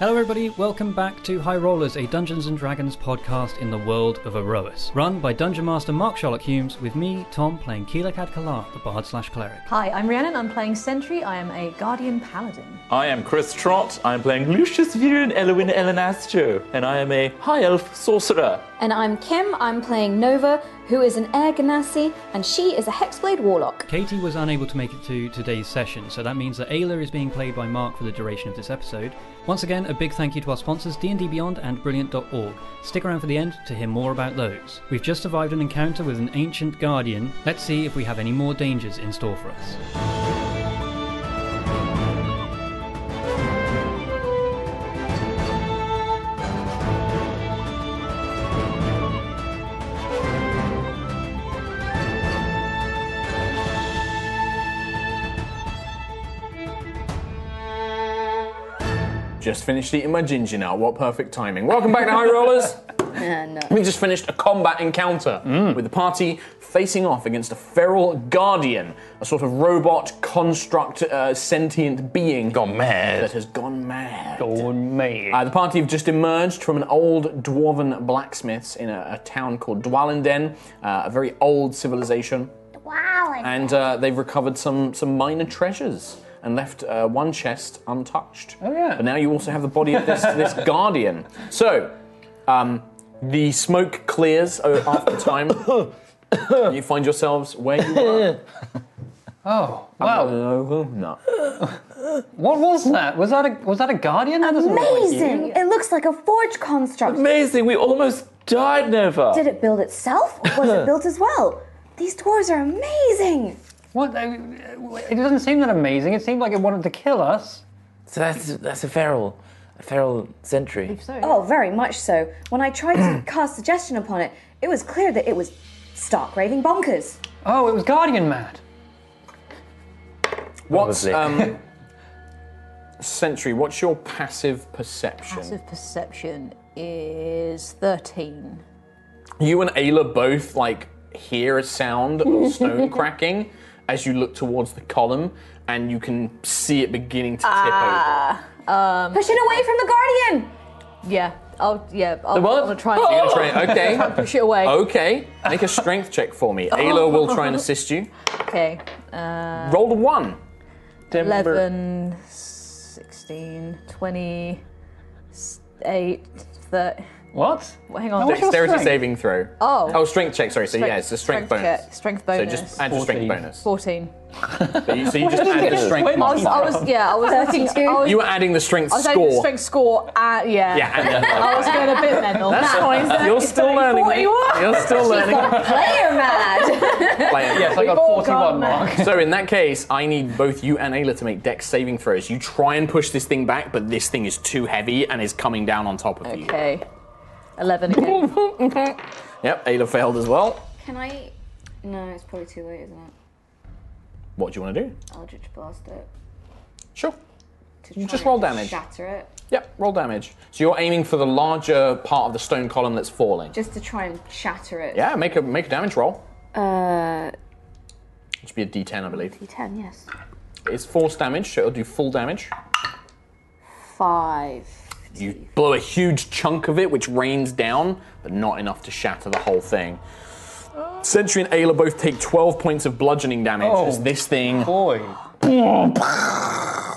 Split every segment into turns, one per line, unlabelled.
Hello, everybody. Welcome back to High Rollers, a Dungeons and Dragons podcast in the world of Erois, run by Dungeon Master Mark Sherlock Humes, with me, Tom, playing Keelakad Kalar, the bard slash cleric.
Hi, I'm Rhiannon. I'm playing Sentry. I am a Guardian Paladin.
I am Chris Trott. I'm playing Lucius Viren Elwin Elenastro, and I am a high elf sorcerer.
And I'm Kim, I'm playing Nova, who is an Air Ganassi, and she is a Hexblade Warlock.
Katie was unable to make it to today's session, so that means that Ayla is being played by Mark for the duration of this episode. Once again, a big thank you to our sponsors, D&D Beyond and Brilliant.org. Stick around for the end to hear more about those. We've just survived an encounter with an ancient guardian. Let's see if we have any more dangers in store for us.
Just finished eating my ginger now. What perfect timing. Welcome back to High Rollers. We just finished a combat encounter
Mm.
with the party facing off against a feral guardian, a sort of robot construct uh, sentient being
Gone mad.
that has gone mad.
mad.
Uh, the party have just emerged from an old dwarven blacksmith's in a, a town called Dwalenden, uh, a very old civilization. And uh, they've recovered some, some minor treasures and left uh, one chest untouched. Oh,
yeah.
But now you also have the body of this, this guardian. So, um, the smoke clears o- after time. you find yourselves where you were.
Oh wow!
No.
What was that? Was that a was that a guardian? That doesn't look like you.
Amazing! It looks like a forge construct.
Amazing. We almost died, Nova.
Did it build itself, or was it built as well? These dwarves are amazing!
What? I- It doesn't seem that amazing. It seemed like it wanted to kill us.
So that's that's a feral, a feral sentry.
Oh, very much so. When I tried to cast suggestion upon it, it was clear that it was stark raving bonkers.
Oh, it was guardian mad.
What's,
Probably.
um, Sentry, what's your passive perception?
Passive perception is 13.
You and Ayla both like hear a sound of stone cracking as you look towards the column, and you can see it beginning to tip
Ah.
Pushing away from the guardian!
Yeah, I'll, yeah, I'll,
what?
I'll try
over. You're
and
gonna try- Oh. okay,
push it away.
okay. Make a strength check for me. Ayla will try and assist you.
Okay, uh,
Roll a one.
11, 16, 28, thir-
What?
Hang on.
What's your
Dexterity
strength?
saving throw.
Oh.
Oh, strength check. Sorry. So yeah, it's a strength, bonus.
check- strength
So
bonus.
just add your strength bonus.
14.
So you, so you just add the strength.
I was, I
modifier.
was, yeah, I was looking. I was,
You were adding the strength
I was adding
score.
strength score. Uh, yeah.
Yeah, and
I was going a bit mental. That's
fine. You're still learning. mate. You're still learning.
Player mad!
Player.
Yes, I got forty-one, Mark.
So in that case, I need both you and Ayla to make dex saving throws. You try and push this thing back, but this thing is too heavy and is coming down on top of
Okay. 11 again.
you. yep, Ayla failed as well.
Can I. No, it's probably too late, isn't it?
What do you want to do?
Eldritch Blast it.
Sure.
To
Just try roll and damage.
Shatter it.
Yep, roll damage. So you're aiming for the larger part of the stone column that's falling.
Just to try and shatter it.
yeah, make a make a damage roll.
Uh,
It should be a D10, I believe.
D10, yes.
It's force damage, so it'll do full damage.
Five.
You blow a huge chunk of it, which rains down, but not enough to shatter the whole thing. Sentry and Ayla both take 12 points of bludgeoning damage
Oh.
as this thing
Boy,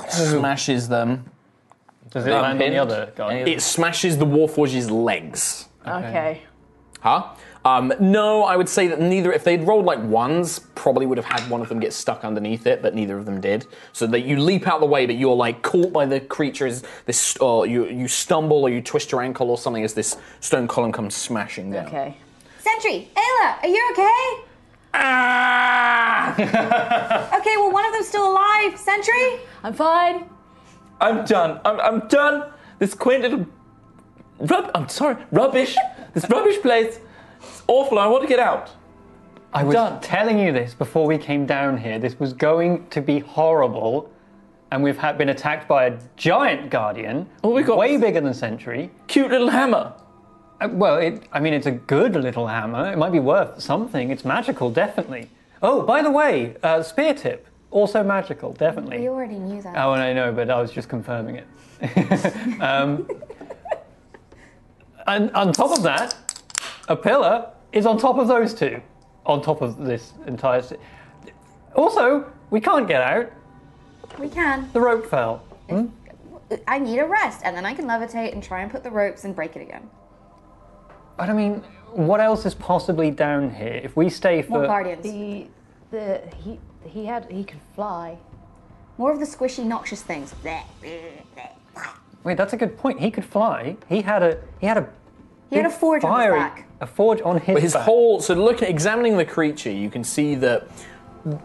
smashes them.
does it
Um,
land on
pinned?
the other guardian?
It smashes the Warforge's legs.
Okay.
Huh? Um, no, I would say that neither, if they'd rolled like ones, probably would have had one of them get stuck underneath it, but neither of them did. So that you leap out the way, but you're like caught by the creature's, this, or you, you stumble or you twist your ankle or something as this stone column comes smashing down.
Okay.
Sentry, Ayla, are you okay?
Ah!
Okay, well, one of them's still alive. Sentry?
I'm fine.
I'm done. I'm, I'm done. This quaint little rub. I'm sorry. Rubbish. this rubbish place. It's awful. I want to get out.
I was
done.
telling you this before we came down here. This was going to be horrible, and we've had been attacked by a giant guardian.
All Oh, we got
way
was-
bigger than Sentry.
Cute little hammer.
Uh, Well, it, I mean, it's a good little hammer. It might be worth something. It's magical, definitely. Oh, by the way, uh, spear tip.
Also magical, definitely.
We already knew that.
Oh, and I know, but I was just confirming it. um, and on top of that, a pillar is on top of those two, on top of this entire. si- Also, we can't get out.
We can.
The rope fell.
I need a rest, and then I can levitate and try and put the ropes and break it again.
But I mean, what else is possibly down here? If we stay for
More guardians.
The, the he he had he could fly.
More of the squishy, noxious things. Bleh, bleh, bleh.
wait, that's a good point. He could fly. He had a he had a
He had a forge on his
fiery-
back.
A forge on his.
But his
back.
whole so look at examining the creature, you can see that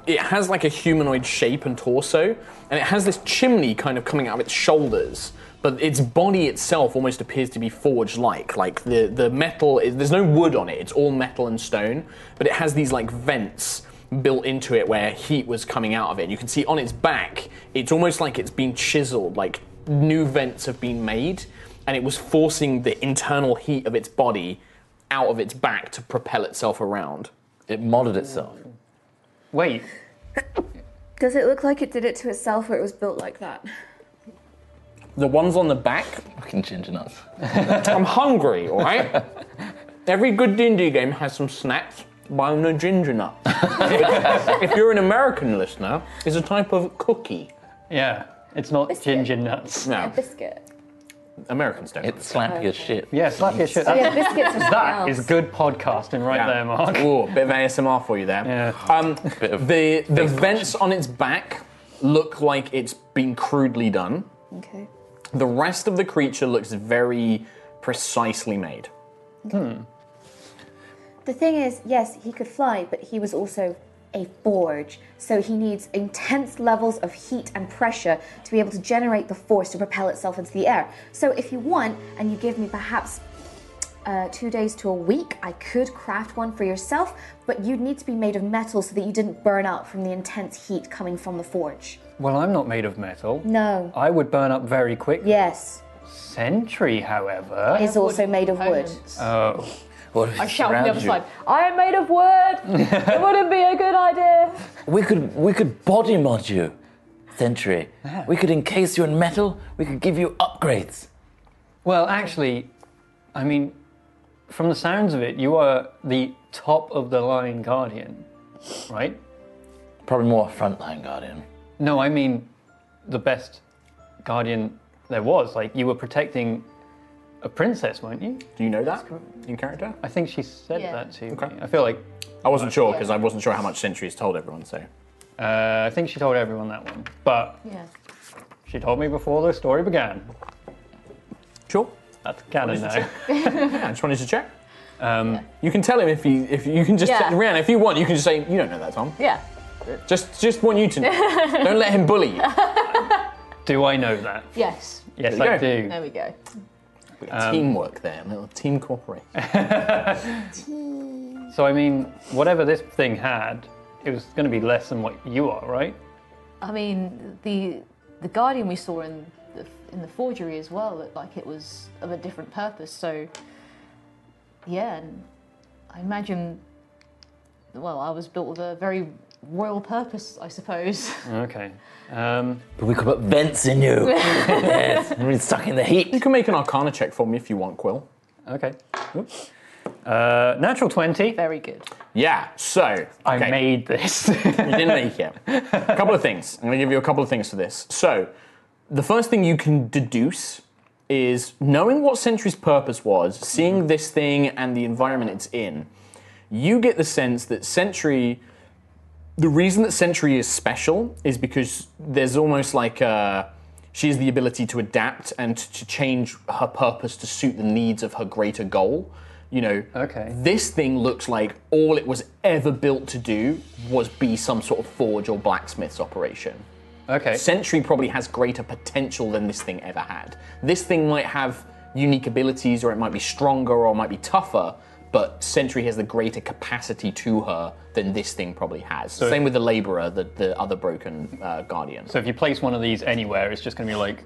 it has like a humanoid shape and torso, and it has this chimney kind of coming out of its shoulders. But its body itself almost appears to be forge-like. Like the the metal, is, there's no wood on it. It's all metal and stone. But it has these like vents built into it where heat was coming out of it. And you can see on its back, it's almost like it's been chiseled. Like new vents have been made, and it was forcing the internal heat of its body out of its back to propel itself around.
It modded itself.
Wait,
Does it look like it did it to itself, or it was built like that?
The ones on the back,
Fucking ginger nuts.
I'm hungry, all right? Every good D&D game has some snacks, but I'm no ginger nut. if you're an American listener, it's a type of cookie.
yeah, it's not ginger nuts.
No,
Biscuit.
Americans don't.
It's slappy as shit.
Yeah, slap your shit. That
Yeah, biscuits are
that is good podcasting right
Yeah.
there, Mark.
Ooh, bit of ASMR for you there.
Yeah.
Um,
Bit of
the the vents on its back look like it's been crudely done.
Okay.
The rest of the creature looks very precisely made.
The thing is, yes, he could fly, but he was also a forge, so he needs intense levels of heat and pressure to be able to generate the force to propel itself into the air. So, if you want, and you give me perhaps uh, two days to a week, I could craft one for yourself, but you'd need to be made of metal so that you didn't burn out from the intense heat coming from the forge.
Well, I'm not made of metal. Uh,
No.
I would burn up very quick.
Yes,
Sentry, however.
is also made of wood.
Oh.
What if
I
it
shout from the
surrounds
other
you?
side. I am made of wood. it wouldn't be a good idea.
We could we could body mod you, Sentry.
Uh-huh.
We could encase you in metal. We could give you upgrades.
Well, actually, I mean, from the sounds of it, you are the top of the line guardian, right?
Probably more frontline guardian.
No, I mean, the best guardian there was. Like, you were protecting a princess, weren't you?
Do you know that in character?
I think she said
Yeah.
that to
Okay.
me. I feel like
I wasn't sure because I wasn't sure how much Sentry's told everyone. So
uh, I think she told everyone that one, but
Yeah.
she told me before the story began.
sure.
That's canon now.
What did Yeah, I just wanted to check.
Um,
You can tell him if you if you can just
Yeah.
Rihanna if you want you can just say you don't know that Tom.
Yeah.
Just just want you to know. don't let him bully you.
Do I know that?
Yes.
Yes,
There you
I
go.
do.
There we go.
Teamwork there, a little team cooperation.
So I mean, whatever this thing had, it was going to be less than what you are, right?
I mean, the the guardian we saw in the in the forgery as well looked like it was of a different purpose. So, yeah, and I imagine. Well, I was built with a very royal purpose, I suppose.
Okay. Um,
But we could put vents in you. yes, and we'd stuck in the
You
heat.
can make an Arcana check for me if you want, Quill.
okay. Uh, natural twenty.
very good.
Yeah. So
I
okay.
made this.
You didn't make it. A couple of things. I'm going to give you a couple of things for this. So, the first thing you can deduce is knowing what Sentry's purpose was,
Mm-hmm.
seeing this thing and the environment it's in, you get the sense that Sentry. The reason that Sentry is special is because there's almost like a. She has the ability to adapt and to change her purpose to suit the needs of her greater goal. You know,
Okay.
this thing looks like all it was ever built to do was be some sort of forge or blacksmith's operation.
okay.
Sentry probably has greater potential than this thing ever had. This thing might have unique abilities, or it might be stronger, or it might be tougher, but Sentry has the greater capacity to her than this thing probably has. Same with the Laborer, the, the other broken uh, Guardian.
So if you place one of these anywhere, it's just going to be like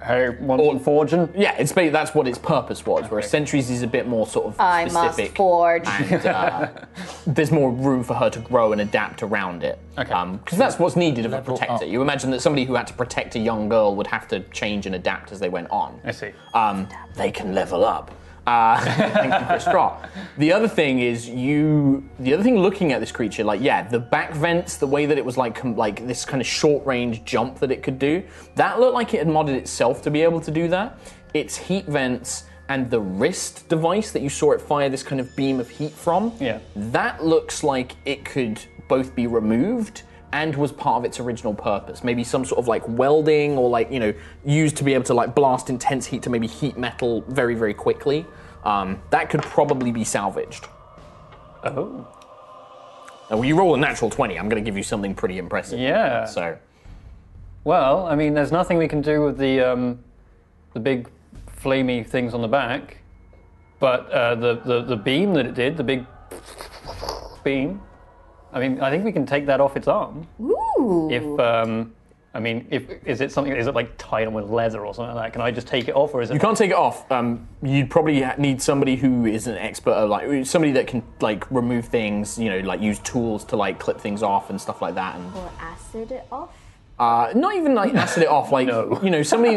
Hey, want or, forging?
Yeah, it's ba- that's what its purpose was. Whereas Sentries is a bit more sort of
I must
specific.
forge.
and, uh, there's more room for her to grow and adapt around it.
Okay.
Because that's what's needed of a
Level
protector.
up.
You imagine that somebody who had to protect a young girl would have to change and adapt as they went on.
I see.
Um, they can level up. Uh, thank you, Chris Rock. The other thing is you. The other thing, looking at this creature, like yeah, the back vents, the way that it was like com- like this kind of short range jump that it could do, that looked like it had modded itself to be able to do that. Its heat vents and the wrist device that you saw it fire this kind of beam of heat from,
Yeah.
that looks like it could both be removed and was part of its original purpose. Maybe some sort of like welding or like, you know, used to be able to like blast intense heat to maybe heat metal very, very quickly. Um, that could probably be salvaged.
Oh.
Now, when you roll a natural 20, I'm going to give you something pretty impressive.
Yeah.
So,
Well, I mean, there's nothing we can do with the um, the big flamey things on the back, but uh, the, the the beam that it did, the big beam. I mean, I think we can take that off its arm.
Ooh.
If um, I mean, if is it something? Is it like tied on with leather or something like that? Can I just take it off, or is it?
you can't take it off. Um, you'd probably ha- need somebody who is an expert, uh, like somebody that can like remove things, you know, like use tools to like clip things off and stuff like that. And
Or acid it off.
Uh, not even like acid it off, like
No.
you know, somebody,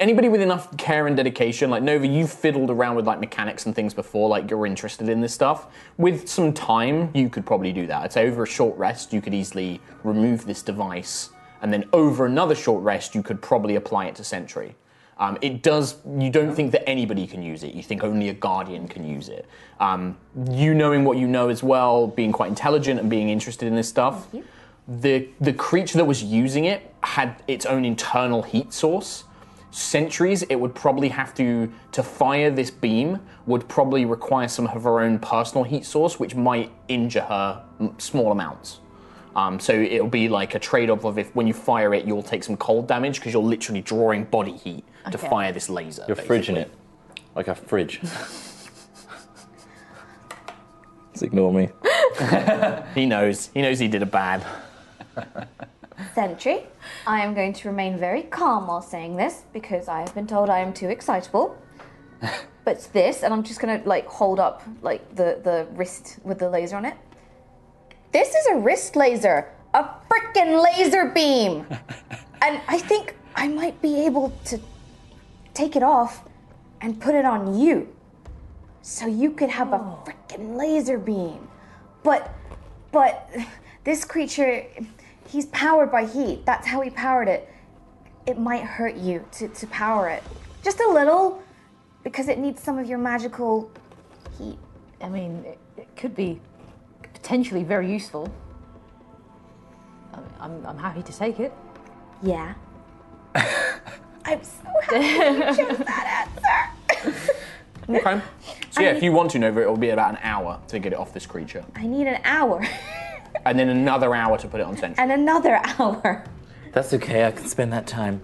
anybody with enough care and dedication, like Nova, you've fiddled around with like mechanics and things before, like you're interested in this stuff. With some time, you could probably do that. I'd say over a short rest, you could easily remove this device, and then over another short rest, you could probably apply it to Sentry. Um, it does. You don't think that anybody can use it. You think only a guardian can use it. Um, you knowing what you know as well, being quite intelligent and being interested in this stuff the the creature that was using it had its own internal heat source. Sentries, it would probably have to to fire this beam would probably require some of her own personal heat source, which might injure her m- small amounts. Um, so it'll be like a trade-off of if when you fire it, you'll take some cold damage because you're literally drawing body heat to
Okay.
fire this laser.
You're fridging it. Like a fridge. Just ignore me.
He knows. He knows he did a bad.
Sentry, I am going to remain very calm while saying this because I have been told I am too excitable. but this, and I'm just gonna like hold up like the the wrist with the laser on it. This is a wrist laser, a freaking laser beam, and I think I might be able to take it off and put it on you, so you could have a freaking laser beam. But but this creature, he's powered by heat. That's how he powered it. It might hurt you to, to power it. Just a little, because it needs some of your magical heat.
I mean, it, it could be potentially very useful. I mean, I'm, I'm happy to take it.
Yeah. I'm so happy you chose that answer.
Okay. So yeah,
I-
if you want to, Nova, it'll be about an hour to get it off this creature,
I need an hour.
and then another hour to put it on Sentry.
and another hour.
That's okay, I can spend that time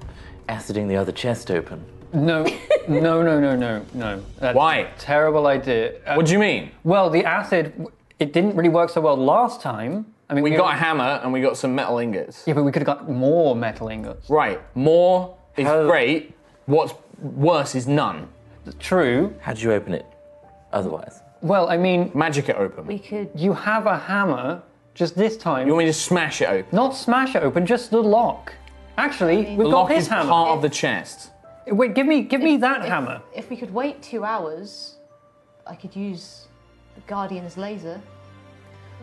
aciding the other chest open.
No, no, no, no, no, no. That's
Why?
a terrible idea. Uh,
what do you mean?
well, the acid, it didn't really work so well last time. I mean,
We got a
yeah,
hammer and we got some metal ingots.
but we could have got more metal ingots.
Right, more is
How-
great. What's worse is none.
True.
How'd you open it otherwise?
Well, I mean,
Magic it open.
We could.
You have a hammer, just this time.
you want me to smash it open?
Not smash it open, just the lock. Actually, we've
the
got
lock
his
is part
hammer.
of the chest.
Wait, give me, give me that
if-
hammer.
If we could wait two hours, I could use the Guardian's laser.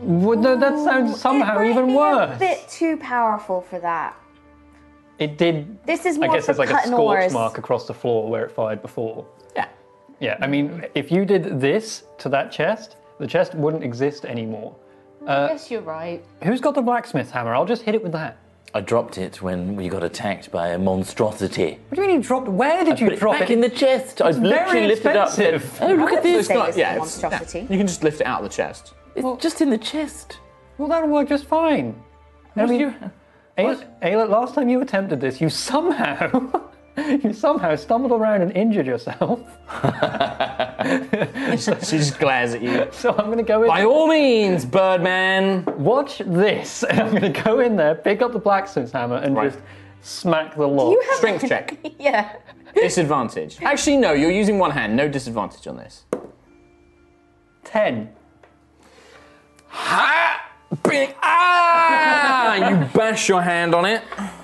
Would no, that
Ooh,
sounds somehow
it might
even
be
worse.
A bit too powerful for that.
It did.
This is more
I guess
for
there's like a
cutting
scorch
oars.
mark across the floor where it fired before.
Yeah.
Yeah, I mean, if you did this to that chest, the chest wouldn't exist anymore. Uh,
yes, you're right.
Who's got the blacksmith hammer? I'll just hit it with that.
I dropped it when we got attacked by a monstrosity.
What do you mean you dropped? Where did you
Put it
drop
back
it?
in the chest. I literally
very
lifted it up. and
expensive.
said, Oh, look at
wouldn't
this.
say
not-
it's a
yeah,
monstrosity.
You can just lift it out of the chest.
It's just in the chest.
Well, that'll work just fine. I mean, Ayla, Ayla, last time you attempted this, you somehow, you somehow stumbled around and injured yourself.
she just glares at you.
So I'm going to go in.
By all means, Birdman.
watch this. And I'm going to go in there, pick up the blacksmith's hammer, and
Right.
just smack the log.
Strength check.
Yeah.
Disadvantage. Actually, no, you're using one hand. No disadvantage on this.
Ten.
Ha! Big- ah! You bash your hand on it.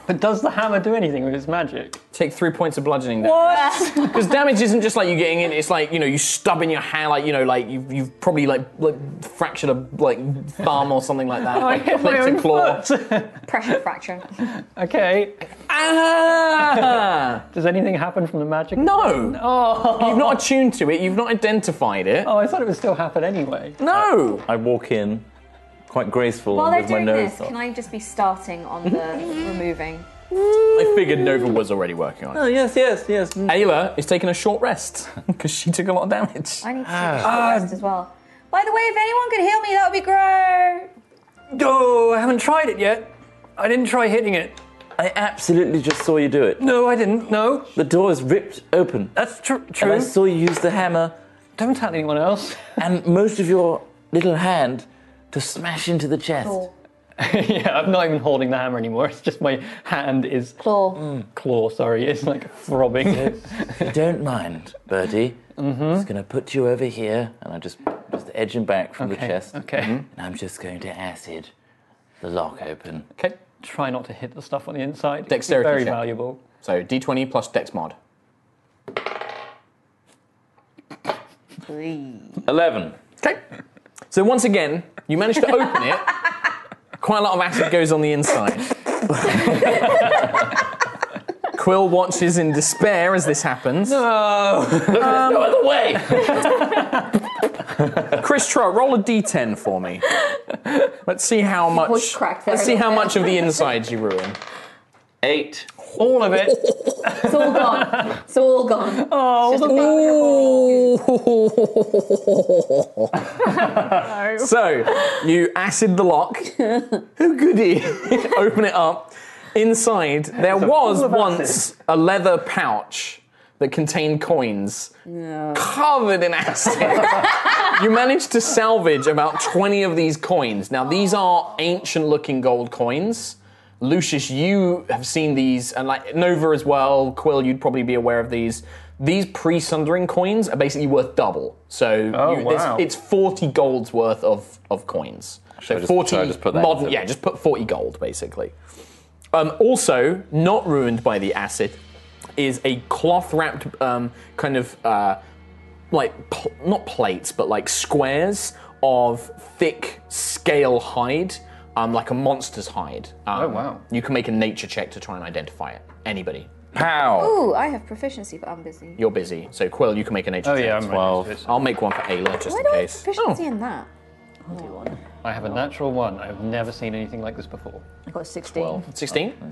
But does the hammer do anything with its magic?
Take three points of bludgeoning damage. Because damage isn't just like you getting in. It's like you know you stubbing your hand, like you know, like you've, you've probably like like fractured a like thumb or something like that. like
hit my
clipped a
own
claw.
Pressure fracture.
Okay.
Ah!
Does anything happen from the magic?
No,
Oh.
you've not attuned to it. You've not identified it.
Oh, I thought it would still happen anyway.
No.
I walk in, quite graceful,
While
and
they're
with my
doing
nose
this,
up.
can I just be starting on the removing?
I figured Nova was already working on it.
Oh, yes, yes, yes. mm.
Ayla is taking a short rest because she took a lot of damage.
I need to take a short rest as well. By the way, if anyone could heal me, that would be great.
Oh, I haven't tried it yet. I didn't try hitting it.
I absolutely just saw you do it.
No, I didn't. No,
The door is ripped open,
that's tr-
and I
true.
saw you use the hammer
Don't tell anyone else.
and most of your little hand to smash into the chest.
Cool.
yeah, I'm not even holding the hammer anymore. It's just my hand is Mm.
Claw.
claw. Sorry, it's like throbbing.
If you don't mind, Bertie, I'm just going to put you over here, and I just just edge him back from the
Okay,
chest.
okay.
And I'm just going to acid the lock open.
Okay.
Try not to hit the stuff on the inside. It's
Dexterity
Very
check.
valuable.
So D20 plus Dex mod.
Eleven.
Okay. So once again, you manage to open it. Quite a lot of acid goes on the inside. Quill watches in despair as this happens.
Oh,
no other way.
Um, Chris Troll, roll a d10 for me. Let's see how much.
voice cracked there
Let's
a
see
little
how
bit.
much of the inside you ruin.
Eight.
all of it.
It's all gone. It's all gone. Oh, it's just a
So you acid the lock. Who goody? Open it up. Inside there was once a leather pouch that contained coins covered in acid. you managed to salvage about 20 of these coins. Now these are ancient looking gold coins. Lucius, you have seen these, and like Nova as well. Quill, you'd probably be aware of these. These pre-sundering coins are basically worth double. So
Oh,
you- it's-
wow.
it's 40 gold's worth of, of coins.
I
So
just-
40
should I just put that
modern,
into-
yeah, just put 40 gold basically. Um, also, not ruined by the acid is a cloth wrapped um, kind of uh, like pl- not plates but like squares of thick scale hide, um, like a monster's hide. Um,
Oh, wow.
You can make a nature check to try and identify it. Anybody,
Pow.
Ooh, I have proficiency, but I'm busy.
you're busy, so Quill, you can make a nature
Oh
check.
yeah,
as
I'm
well.
Twelve.
right next to
I'll make one for Ayla just
Why
in
do I have
case.
proficiency in that?
it. I have a natural one. I have never seen anything like this before.
I got 16.
16? Oh,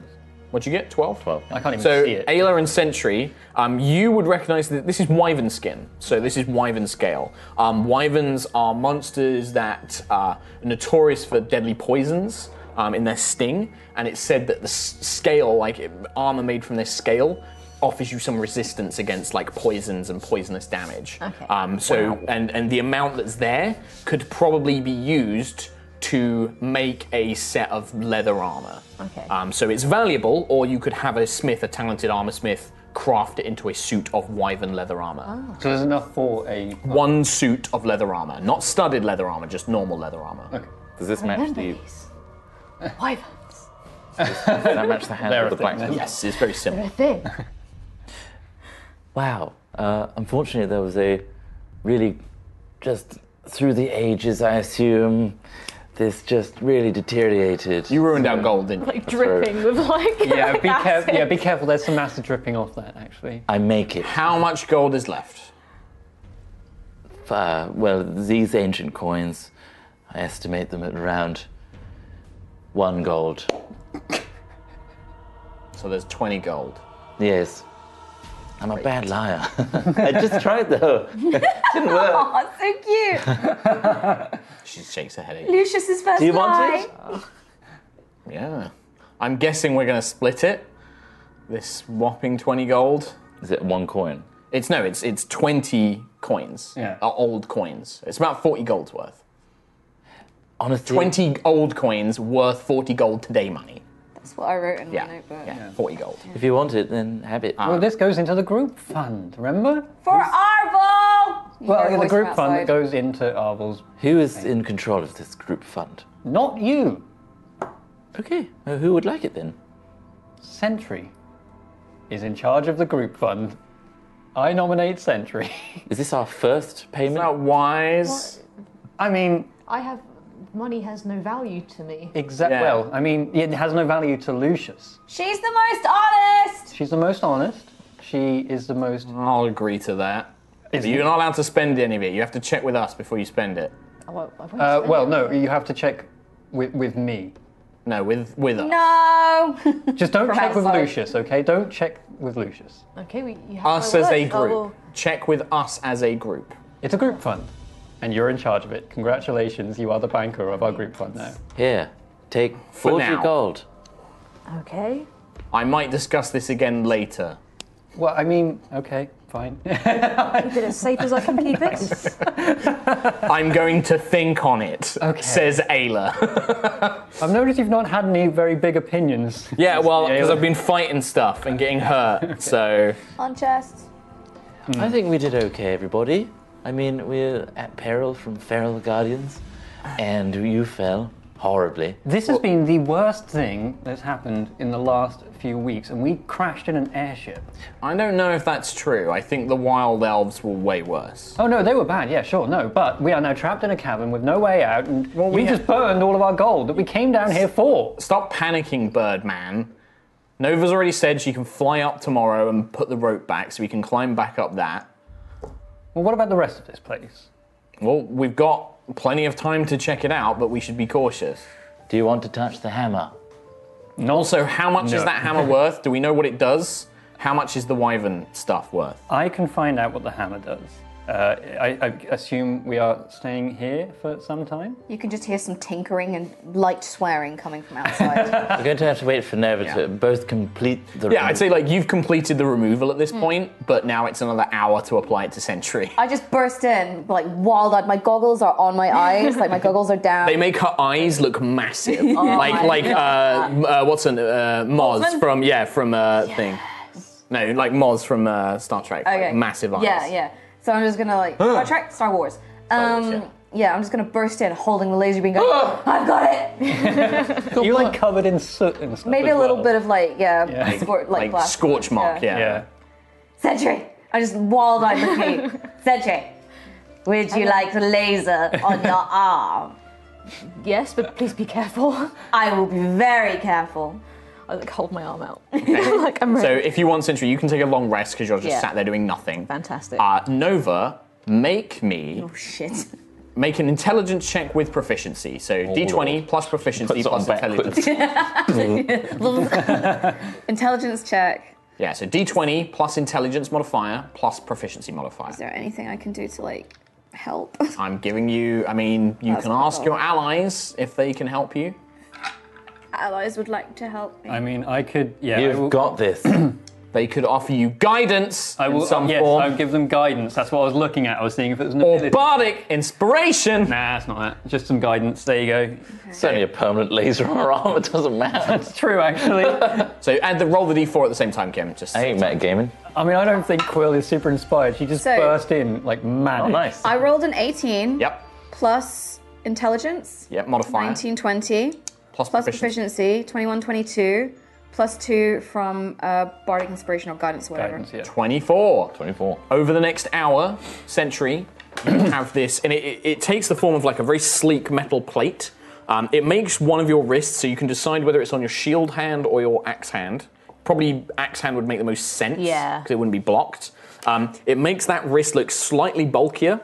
What'd you get? 12? 12.
I can't even
So,
see it.
Ayla and Sentry, um, you would recognize that this is wyvern skin. So, this is wyvern scale. Um, wyverns are monsters that are notorious for deadly poisons um, in their sting, and it's said that the s- scale, like it- armor made from this scale, offers you some resistance against like poisons and poisonous damage.
Okay.
Um, so, and, and the amount that's there could probably be used to make a set of leather armor.
Okay.
Um, so it's valuable, or you could have a smith, a talented armor smith, craft it into a suit of wyvern leather armor.
So there's enough for a.
One suit of leather armor, not studded leather armor, just normal leather armor.
Does this match the?
Memories. Wyverns.
Does that match the hand
They're
of the
a
black?
thing, they're-
Yes, it's very
They're
similar.
a thing.
Wow. Uh, unfortunately, there was a really just through the ages, I assume. This just really deteriorated.
You ruined our gold, didn't you?
Like dripping with like.
Yeah,
like
be careful.
acid.
Yeah, be careful. There's some acid dripping off that actually.
I make it.
How much gold is left?
Uh, well, these ancient coins, I estimate them at around one gold.
So there's 20 gold.
Yes. I'm a bad liar. I just tried though. Didn't work.
Oh, it's so cute.
She shakes her head.
Lucius's first
Do you want
lie.
it?
Yeah. I'm guessing we're going to split it. This whopping 20 gold.
Is it one coin?
It's no, it's it's 20 coins.
Yeah.
Uh, old coins. It's about 40 gold's worth.
Honestly,
20 old coins worth 40 gold today money.
That's what I wrote in
Yeah.
my notebook.
yeah, 40 gold.
If you want it, then have it.
Well, this goes into the group fund, remember?
For Arvel!
Well, the group fund that goes into Arvel's.
Who is in control of this group fund?
Not you,
Okay, uh, who would like it then?
Sentry, is in charge of the group fund. I nominate Sentry.
Is this our first payment?
Not wise.
I mean,
I have money has no value to me.
exact.
Yeah.
Well, I mean, it has no value to Lucius.
She's the most honest!
She's the most honest. She is the most.
I'll agree to that.
Is
You're not allowed to spend any of it. You have to check with us before you spend it.
I won't, I won't
Uh,
spend
well,
it.
no, you have to check with with me.
No, with with us.
No!
Just don't
From
check with
outside.
Lucius, okay? Don't check with Lucius.
Okay, we, you have
Us
my
as
word.
a
I
group.
will-
Check with us as a group.
It's a group fund, and you're in charge of it. Congratulations, you are the banker of our group fund now.
Here, take 40
now.
gold.
Okay.
I might discuss this again later.
Well, I mean, okay, fine.
Keep it as safe as I can keep it.
I'm going to think on it,
Okay.
says Ayla.
I've noticed you've not had any very big opinions.
Yeah, well,
Ayla.
because I've been fighting stuff and getting hurt, so
On chest.
I think we did okay, everybody. I mean, we're at peril from feral guardians, and you fell horribly.
This has been the worst thing that's happened in the last few weeks, and we crashed in an airship.
I don't know if that's true. I think the wild elves were way worse.
Oh no, they were bad. Yeah, sure, no, but we are now trapped in a cavern with no way out, and
Well,
we
we
just
ha-
burned all of our gold that we came down here for.
Stop panicking, Birdman. Nova's already said she can fly up tomorrow and put the rope back so we can climb back up that.
Well, what about the rest of this place?
Well, we've got plenty of time to check it out, but we should be cautious.
Do you want to touch the hammer?
Also, how much
No.
is that hammer worth? Do we know what it does? How much is the wyvern stuff worth?
I can find out what the hammer does. Uh, I, I assume we are staying here for some time.
You can just hear some tinkering and light swearing coming from outside.
We're going to have to wait for Nova to both complete the.
Yeah, I'd say like you've completed the removal at this point, but now it's another hour to apply it to Sentry.
I just burst in, like wild-eyed. My goggles are on my eyes, like my goggles are down.
They make her eyes look massive, like like uh, uh, what's an uh, Moz from yeah from uh, thing. No, like Moz from uh, Star Trek. like, massive eyes.
Yeah, yeah. So I'm just gonna like Star Trek, Star Wars.
Star
Um,
Wars, yeah.
yeah, I'm just gonna burst in, holding the laser beam, going, "I've got it."
You're like covered in soot and stuff.
Maybe
as
a little
well.
bit of like, yeah,
Yeah.
squirt- like,
Like
blast.
scorch mark. Yeah.
Yeah.
Sentry, I just wild-eyed with me. Sentry, would you like the laser on your arm?
yes, but please be careful.
I will be very careful.
I like hold my arm out. like I'm ready.
So if you want Sentry, you can take a long rest because you're just
Yeah.
sat there doing nothing.
Fantastic.
Uh, Nova, make me
Oh shit.
make an intelligence check with proficiency. So D20 plus proficiency Oh, Puts it plus on backwards. intelligence.
Intelligence check.
Yeah, so D20 plus intelligence modifier plus proficiency modifier.
Is there anything I can do to like help?
I'm giving you. I mean, you
That's
can
not
ask
bad.
your allies if they can help you.
Allies would like to help me.
I mean, I could. Yeah. I
You've
will,
got this.
They could offer you guidance
I will.
in some
yes,
form,
I'll give them guidance. That's what I was looking at. I was seeing if it was an
or
ability.
bardic inspiration.
Nah, it's not that. Just some guidance. There you go.
it's only a permanent laser on our arm, it doesn't matter.
It's true, actually.
So add the roll the d4 at the same time, Kim. Just
I ain't Matt Gaiman.
I mean, I don't think Quill is super inspired. She just
So-
burst in like mad.
Oh, nice.
I rolled an 18
yep,
plus intelligence,
yep. Modifier
19, 20,
plus,
plus
proficiency.
proficiency, 21, 22, plus 2 from uh, Bardic Inspiration or Guidance or whatever.
Guidance, yeah.
24.
24.
Over the next hour, century, you have this, and it, it, it takes the form of like a very sleek metal plate. Um, it makes one of your wrists, so you can decide whether it's on your shield hand or your axe hand. Probably axe hand would make the most sense
Yeah.
because it wouldn't be blocked. Um, it makes that wrist look slightly bulkier,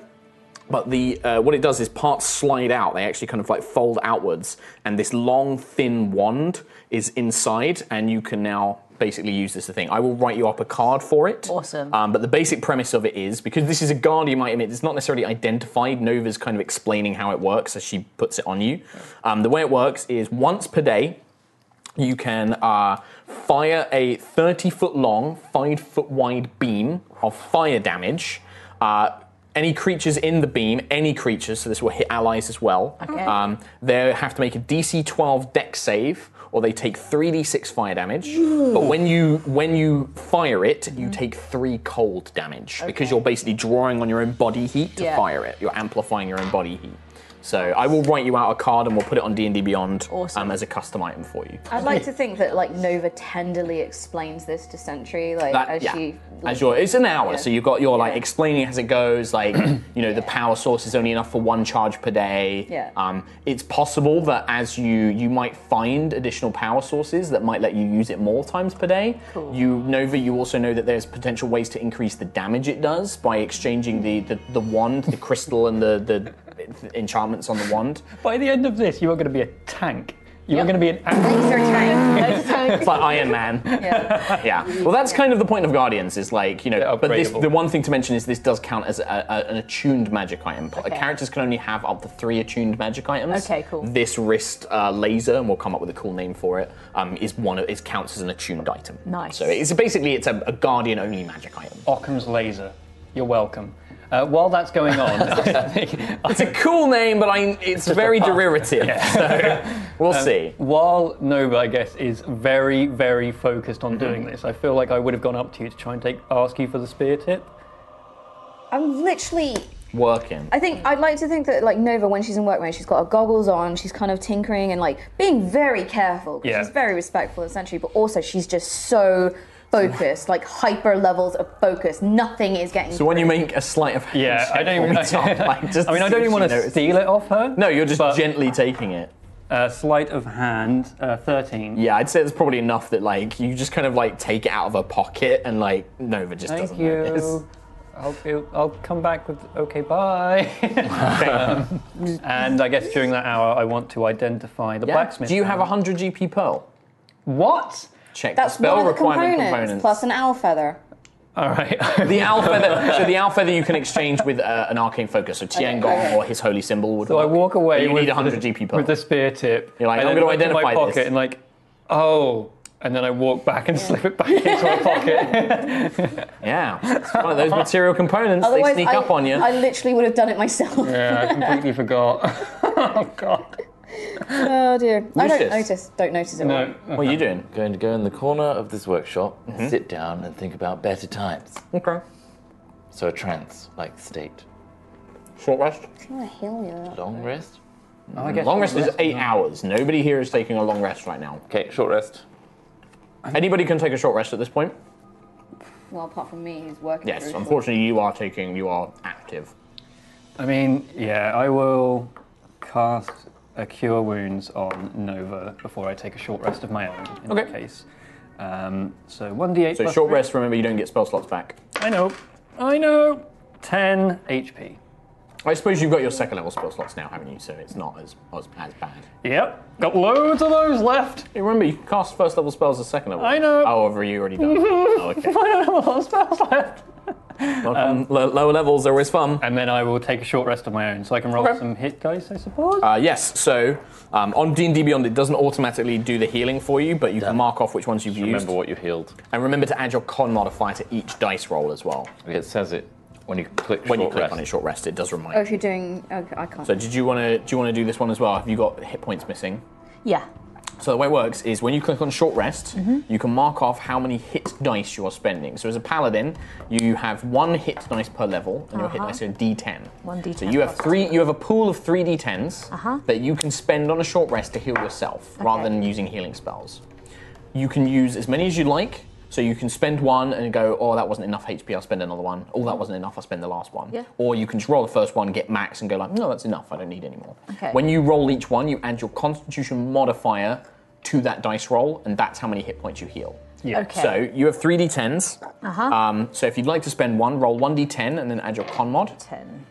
but the uh, what it does is parts slide out. They actually kind of like fold outwards, and this long thin wand is inside, and you can now basically use this as a thing. I will write you up a card for it.
Awesome.
Um, but the basic premise of it is because this is a guardian item, it's not necessarily identified. Nova's kind of explaining how it works as she puts it on you. Um, the way it works is once per day, you can uh, fire a 30 foot long, 5 foot wide beam of fire damage. Uh, any creatures in the beam, any creatures, so this will hit allies as well.
Okay.
Um, they have to make a DC 12 deck save, or they take 3d6 fire damage. But when you when you fire it,
Mm-hmm.
you take three cold damage because you're basically drawing on your own body heat to
Yeah.
fire it. You're amplifying your own body heat. So I will write you out a card and we'll put it on D and D Beyond
Awesome.
um, as a custom item for you.
I'd like to think that like Nova tenderly explains this to Sentry, like
That-
as
yeah.
she
as your it's an hour,
Yeah.
so you've got your like
Yeah.
explaining as it goes. Like you know, the power source is only enough for one charge per day.
Yeah.
Um, it's possible that as you you might find additional power sources that might let you use it more times per day. Cool. You Nova, you also know that there's potential ways to increase the damage it does by exchanging the the, the wand, the crystal, and the the enchantments on the wand.
By the end of this, you are going to be a tank. You are
Yep.
going to be an animal.
Laser tank.
It's like Iron Man. Yeah. Well, that's kind of the point of Guardians is like, you know,
They're
but this,
upgradable.
the one thing to mention is this does count as a, a, an attuned magic item. Characters can only have up to three attuned magic items.
Okay, cool.
This wrist uh, laser, and we'll come up with a cool name for it, um, is one of, it counts as an attuned item.
Nice.
So it's basically it's a, a Guardian only magic item.
Occam's laser. You're welcome. Uh, while that's going on, I think-
It's a cool name, but I, it's very derivative. So we'll
um,
see.
while Nova, I guess, is very, very focused on
Mm-hmm.
doing this, I feel like I would have gone up to you to try and take ask you for the spear tip.
I'm literally
Working.
I think I'd like to think that like Nova, when she's in work mode, she's got her goggles on, she's kind of tinkering and like being very careful. 'cause
Yeah.
She's very respectful of Sentry, but also she's just so focused, like hyper levels of focus. Nothing is getting.
So when you make a sleight of hand
Yeah,
check
I don't
for
even.
me, Tom, like, just
I mean, I
see
don't
if
even want
she
to
notices.
steal it off her.
No, you're just
but,
gently taking it.
Uh, sleight of hand, uh, thirteen.
Yeah, I'd say it's probably enough that like you just kind of like take it out of her pocket and like Nova just
Thank
doesn't
you.
notice.
I'll, I'll- I'll come back with okay, bye. Um, and I guess during that hour, I want to identify the
Yeah.
blacksmith.
Do you have
man.
a hundred GP pearl?
What?
Check
That's
the spell
one of the
requirement
components,
components.
plus an owl feather.
All right.
the alpha that, so the alpha that you can exchange with uh, an arcane focus, so Tiangong
okay.
or his holy symbol would.
so I
work.
walk away.
But you
with
need hundred
the-
GP pearl.
with the spear tip.
You're like,
and
I'm
then
gonna
look in
identify
my
this.
pocket and like, oh, and then I walk back and slip it back into my pocket.
Yeah, it's one of those material components. they
Otherwise,
sneak
I,
up on you.
I literally would have done it myself.
yeah, I completely forgot. oh God.
Oh dear. I don't
Lucius.
notice. Don't notice it.
No.
what are you doing?
Going to go in the corner of this workshop, sit down, and think about better times.
Okay.
So a trance-like state.
Short rest.
Oh, hell
Long rest.
I guess
Long rest is eight hours. Nobody here is taking a long rest right now.
Okay, short rest.
Anybody can take a short rest at this point.
yeah. Well, apart from me, who's working.
Yes,
through it.
unfortunately, you are taking. You are active.
I mean, yeah, I will cast a Cure Wounds on Nova before I take a short rest of my own in that
Okay.
case. Um, so 1d8.
So
plus
short
three.
rest. Remember, you don't get spell slots back.
I know. I know. 10 HP.
I suppose you've got your second level spell slots now, haven't you? So it's not as as, as bad.
Yep. Got loads of those left.
Hey, remember, you cast first level spells as second level.
I know.
Oh, have you already done? oh, okay.
I don't have a lot of spells left.
Um,
Welcome. Lo- lower levels are always fun.
And then I will take a short rest of my own so I can roll some hit dice, I suppose.
Uh, yes. So um, on D and D Beyond, it doesn't automatically do the healing for you, but you can
Done.
mark off which ones you've used.
Remember what you healed.
And remember to add your con modifier to each dice roll as well.
Okay, it says it when you click.
When you
short
click
rest.
on it, short rest, it does remind.
Oh,
you.
if you're doing. Okay, I can't.
So did you want to? Do you want to do this one as well? Have you got hit points missing?
Yeah.
So the way it works is when you click on short rest,
Mm-hmm.
you can mark off how many hit dice you are spending. So as a paladin, you have one hit dice per level, and your hit dice are D10.
Uh-huh. One
So
D10
you have
plus
three. You have a pool of three D10s that you can spend on a short rest to heal yourself, rather
Okay.
than using healing spells. You can use as many as you like. So you can spend one and go, oh, that wasn't enough HP. I'll spend another one. Oh, that wasn't enough. I'll spend the last one.
Yeah.
Or you can just roll the first one, get max, and go like, no, that's enough. I don't need any more.
Okay.
When you roll each one, you add your Constitution modifier to that dice roll, and that's how many hit points you heal.
Yeah.
Okay.
So you have three d10s. Uh-huh. Um, so if you'd like to spend one, roll one d10 and then add your con mod.
10,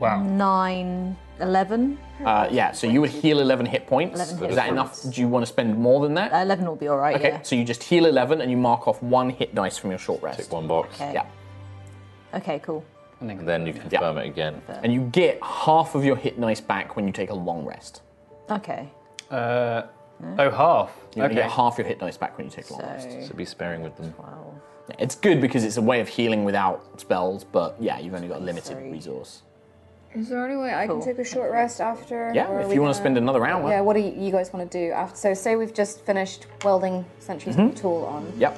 Wow.
9, 11.
Uh, yeah, so you would heal 11 hit points.
11
Is
hit
that
points.
enough? Do you want to spend more than that?
11 will be all right,
okay,
yeah.
so you just heal 11 and you mark off one hit dice from your short rest.
Tick one box,
Okay.
Yeah.
Okay, cool.
and then you confirm it again.
And you get half of your hit dice back when you take a long rest.
Okay.
Uh, oh, half.
You
okay.
get half your hit dice back when you take a long rest.
So,
So be sparing with them.
well,
It's good because it's a way of healing without spells, but yeah, you've only got a limited
Three.
resource.
Is there any way I
Cool.
can take a short rest after?
Yeah,
or are
if
we
you want to
gonna-
spend another hour.
Yeah, what do you guys want to do after? So, say we've just finished welding Sentry's
Mm-hmm.
tool on.
Yep.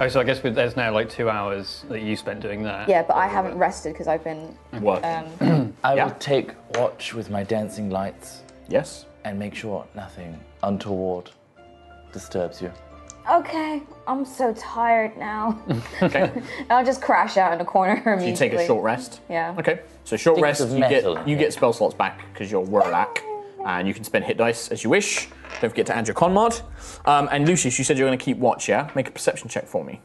Oh, so I guess with, there's now like two hours that you spent doing that.
Yeah, but I haven't rested because I've been.
Work.
Um,
I
Yeah.
will take watch with my dancing lights
yes.
and make sure nothing untoward disturbs you.
okay, I'm so tired now. and I'll just crash out in a corner. Immediately.
You take a short rest.
Yeah.
Okay. So short
Sticks
rest,
of
you get
metal, I
you
think.
get spell slots back because you're warlock, and you can spend hit dice as you wish. Don't forget to add your con mod. Um, and Lucius, you said you're going to keep watch. Yeah. Make a perception check for me.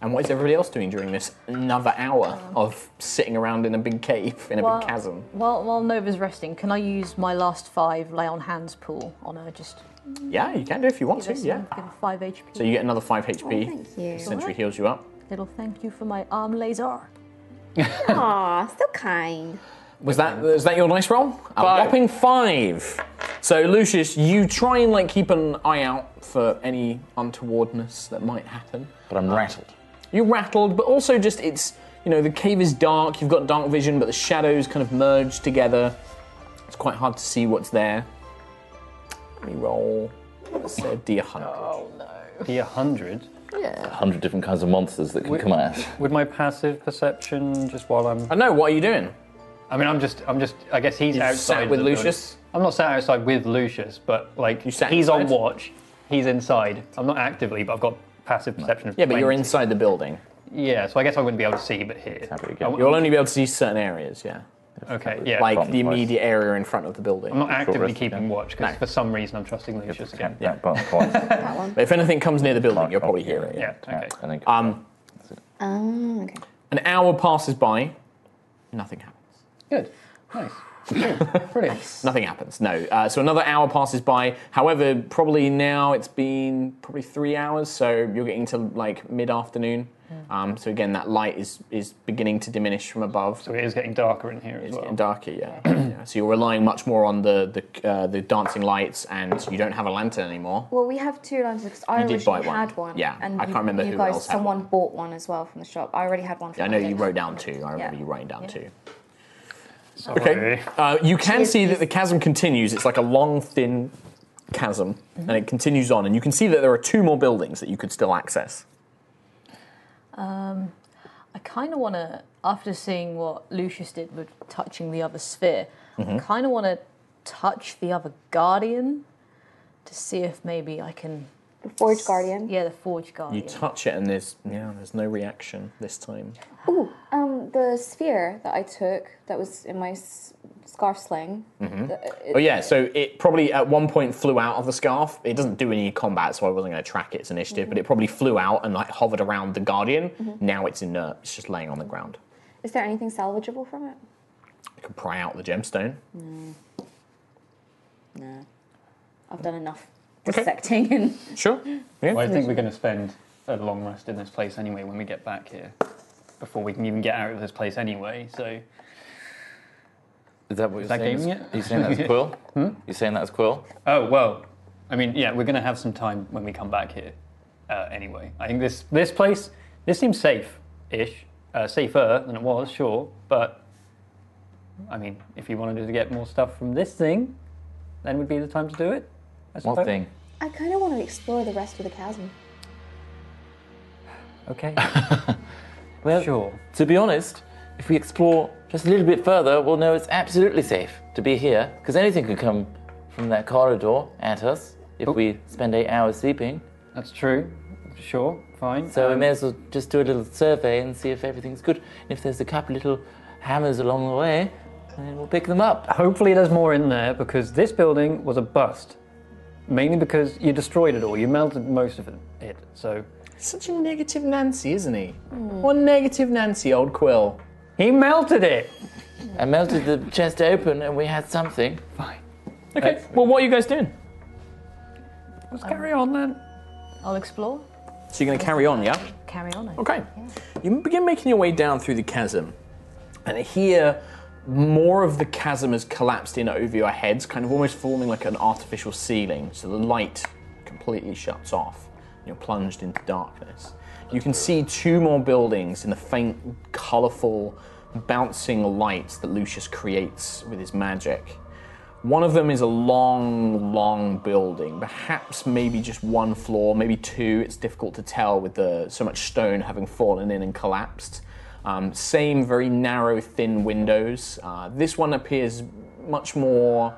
And what is everybody else doing during this another hour of sitting around in a big cave in a
While-
big chasm?
While, while Nova's resting, can I use my last five lay on hands pool on her? Just
Yeah, you can do if you want to.
give her,
Yeah.
some, give her five HP.
So you get another five HP.
Oh, thank you.
Century heals you up.
Little thank you for my arm laser.
Aw, so kind.
Was that is that your nice roll? A whopping five. So Lucius, you try and like keep an eye out for any untowardness that might happen.
But I'm rattled.
You're rattled, but also just it's you know the cave is dark. You've got dark vision, but the shadows kind of merge together. It's quite hard to see what's there. Let me roll. Let's say a D100.
Oh. Be a hundred.
A hundred different kinds of monsters that can come at us.
With my passive perception, just while I'm.
I know. What are you doing?
I mean, I'm just. I'm just. I guess he's
You
outside.
sat with
the building.
Lucius?
I'm not sat outside with Lucius, but like
You sat
he's on
inside?
watch. He's inside. I'm not actively, but I've got passive perception. Of
Yeah, but you're
20.
inside the building.
Yeah, so I guess I wouldn't be able to see, but here.
Have it again.
I-
You'll only be able to see certain areas. Yeah,
okay. Yeah.
like
Front
the
twice.
immediate area in front of the building.
I'm not actively
rest,
keeping
yeah.
watch because
No.
for some reason I'm trusting Lucius again.
Yeah, but twice.
But if anything comes near the building, you'll probably hear it.
Yeah. Okay.
And then
Um,
Oh, okay.
An hour passes by, nothing happens.
Good. Nice. Brilliant.
Nothing happens. No. Uh, so another hour passes by. However, probably now it's been probably three hours, so you're getting to like mid-afternoon.
Hmm.
Um, so again, that light is is beginning to diminish from above.
So it is getting darker in here as
It's
well.
getting darker, yeah. yeah. So you're relying much more on the the, uh, the dancing lights, and you don't have a lantern anymore.
Well, we have two lanterns because I
did
originally
buy one.
had one.
Yeah,
and
I
you-
can't remember
you
who
guys.
else had
someone bought one as well from the shop. I already had one. For
I know you
Monday.
wrote down two. I remember
Yeah.
you writing down two.
Sorry.
Okay. Uh, you can
Cheers,
see that
please.
the chasm continues. It's like a long, thin chasm, and it continues on. And you can see that there are two more buildings that you could still access.
Um, I kind of want to, after seeing what Lucius did with touching the other sphere, I
Mm-hmm.
kind of want to touch the other guardian to see if maybe I can.
Forge Guardian.
Oh, Yeah, the forge
You
guardian.
touch it, and there's yeah, there's no reaction this time.
Ooh, um, the sphere that I took that was in my s- scarf sling. the-
Oh yeah, so it probably at one point flew out of the scarf. It doesn't do any combat, so I wasn't going to track its initiative. But it probably flew out and like hovered around the guardian. Now it's inert. It's just laying on the ground.
Is there anything salvageable from it?
It could pry out the gemstone.
No, I've done enough dissecting and
Sure.
Well, I think we're going to spend a long rest in this place anyway when we get back here, before we can even get out of this place anyway. So
Is that what you're
that
saying?
gaming
that's-
it?
You're saying that's Quill? hmm? You're saying that's Quill?
Oh well, I mean, yeah, we're gonna have some time when we come back here. Uh, anyway, I think this this place this seems safe-ish, uh, safer than it was, sure. But I mean, if you wanted to get more stuff from this thing, then would be the time to do it. I
What
suppose.
thing?
I kind of want to explore the rest of the chasm.
Okay. well,
Sure.
to be honest, if we explore just a little bit further, we'll know it's absolutely safe to be here because anything could come from that corridor at us if we spend eight hours sleeping.
That's true. Sure. Fine.
So we
Um,
may as well just do a little survey and see if everything's good. And if there's a couple little hammers along the way, then we'll pick them up.
Hopefully, there's more in there because this building was a bust. Mainly because you destroyed it all. You melted most of it. it. So
Such a negative Nancy, isn't he? One negative Nancy, old Quill.
he melted it.
I melted the chest open and we had something.
Okay. Well, what are you guys doing?
Let's carry on then.
I'll explore.
So you're going to carry on, yeah?
Carry on. I
Okay. You begin making your way down through the chasm, and here more of the chasm has collapsed in over your heads, kind of almost forming like an artificial ceiling. So the light completely shuts off. and You're plunged into darkness. You can see two more buildings in the faint, colourful bouncing lights that Lucius creates with his magic. One of them is a long, long building, perhaps maybe just one floor, maybe two. It's difficult to tell with the so much stone having fallen in and collapsed. Um, same very narrow, thin windows. Uh, this one appears much more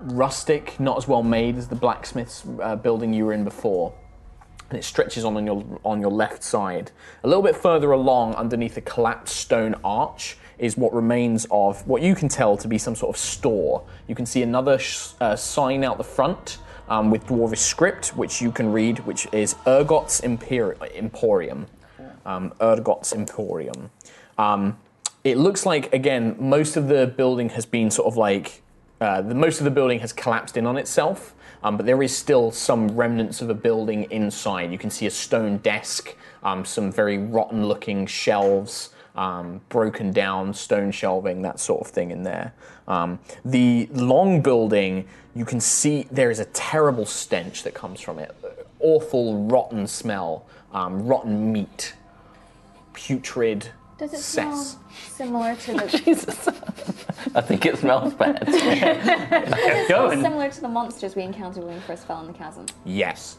rustic, not as well made as the blacksmith's uh, building you were in before. And it stretches on on your on your left side. A little bit further along, underneath a collapsed stone arch, is what remains of what you can tell to be some sort of store. You can see another sh- uh, sign out the front um, with dwarvish script, which you can read, which is Ergot's Empir- Emporium. Um, Ergot's Emporium. Um, it looks like again most of the building has been sort of like uh, the most of the building has collapsed in on itself, um, but there is still some remnants of a building inside. You can see a stone desk, um, some very rotten looking shelves, um, broken down stone shelving, that sort of thing in there. Um, the long building, you can see there is a terrible stench that comes from it. Awful, rotten smell, um, rotten meat, putrid.
Does it smell
cess.
similar to the
Jesus. I think it smells bad.
Going.
similar to the monsters we encountered when we first fell in the chasm?
Yes.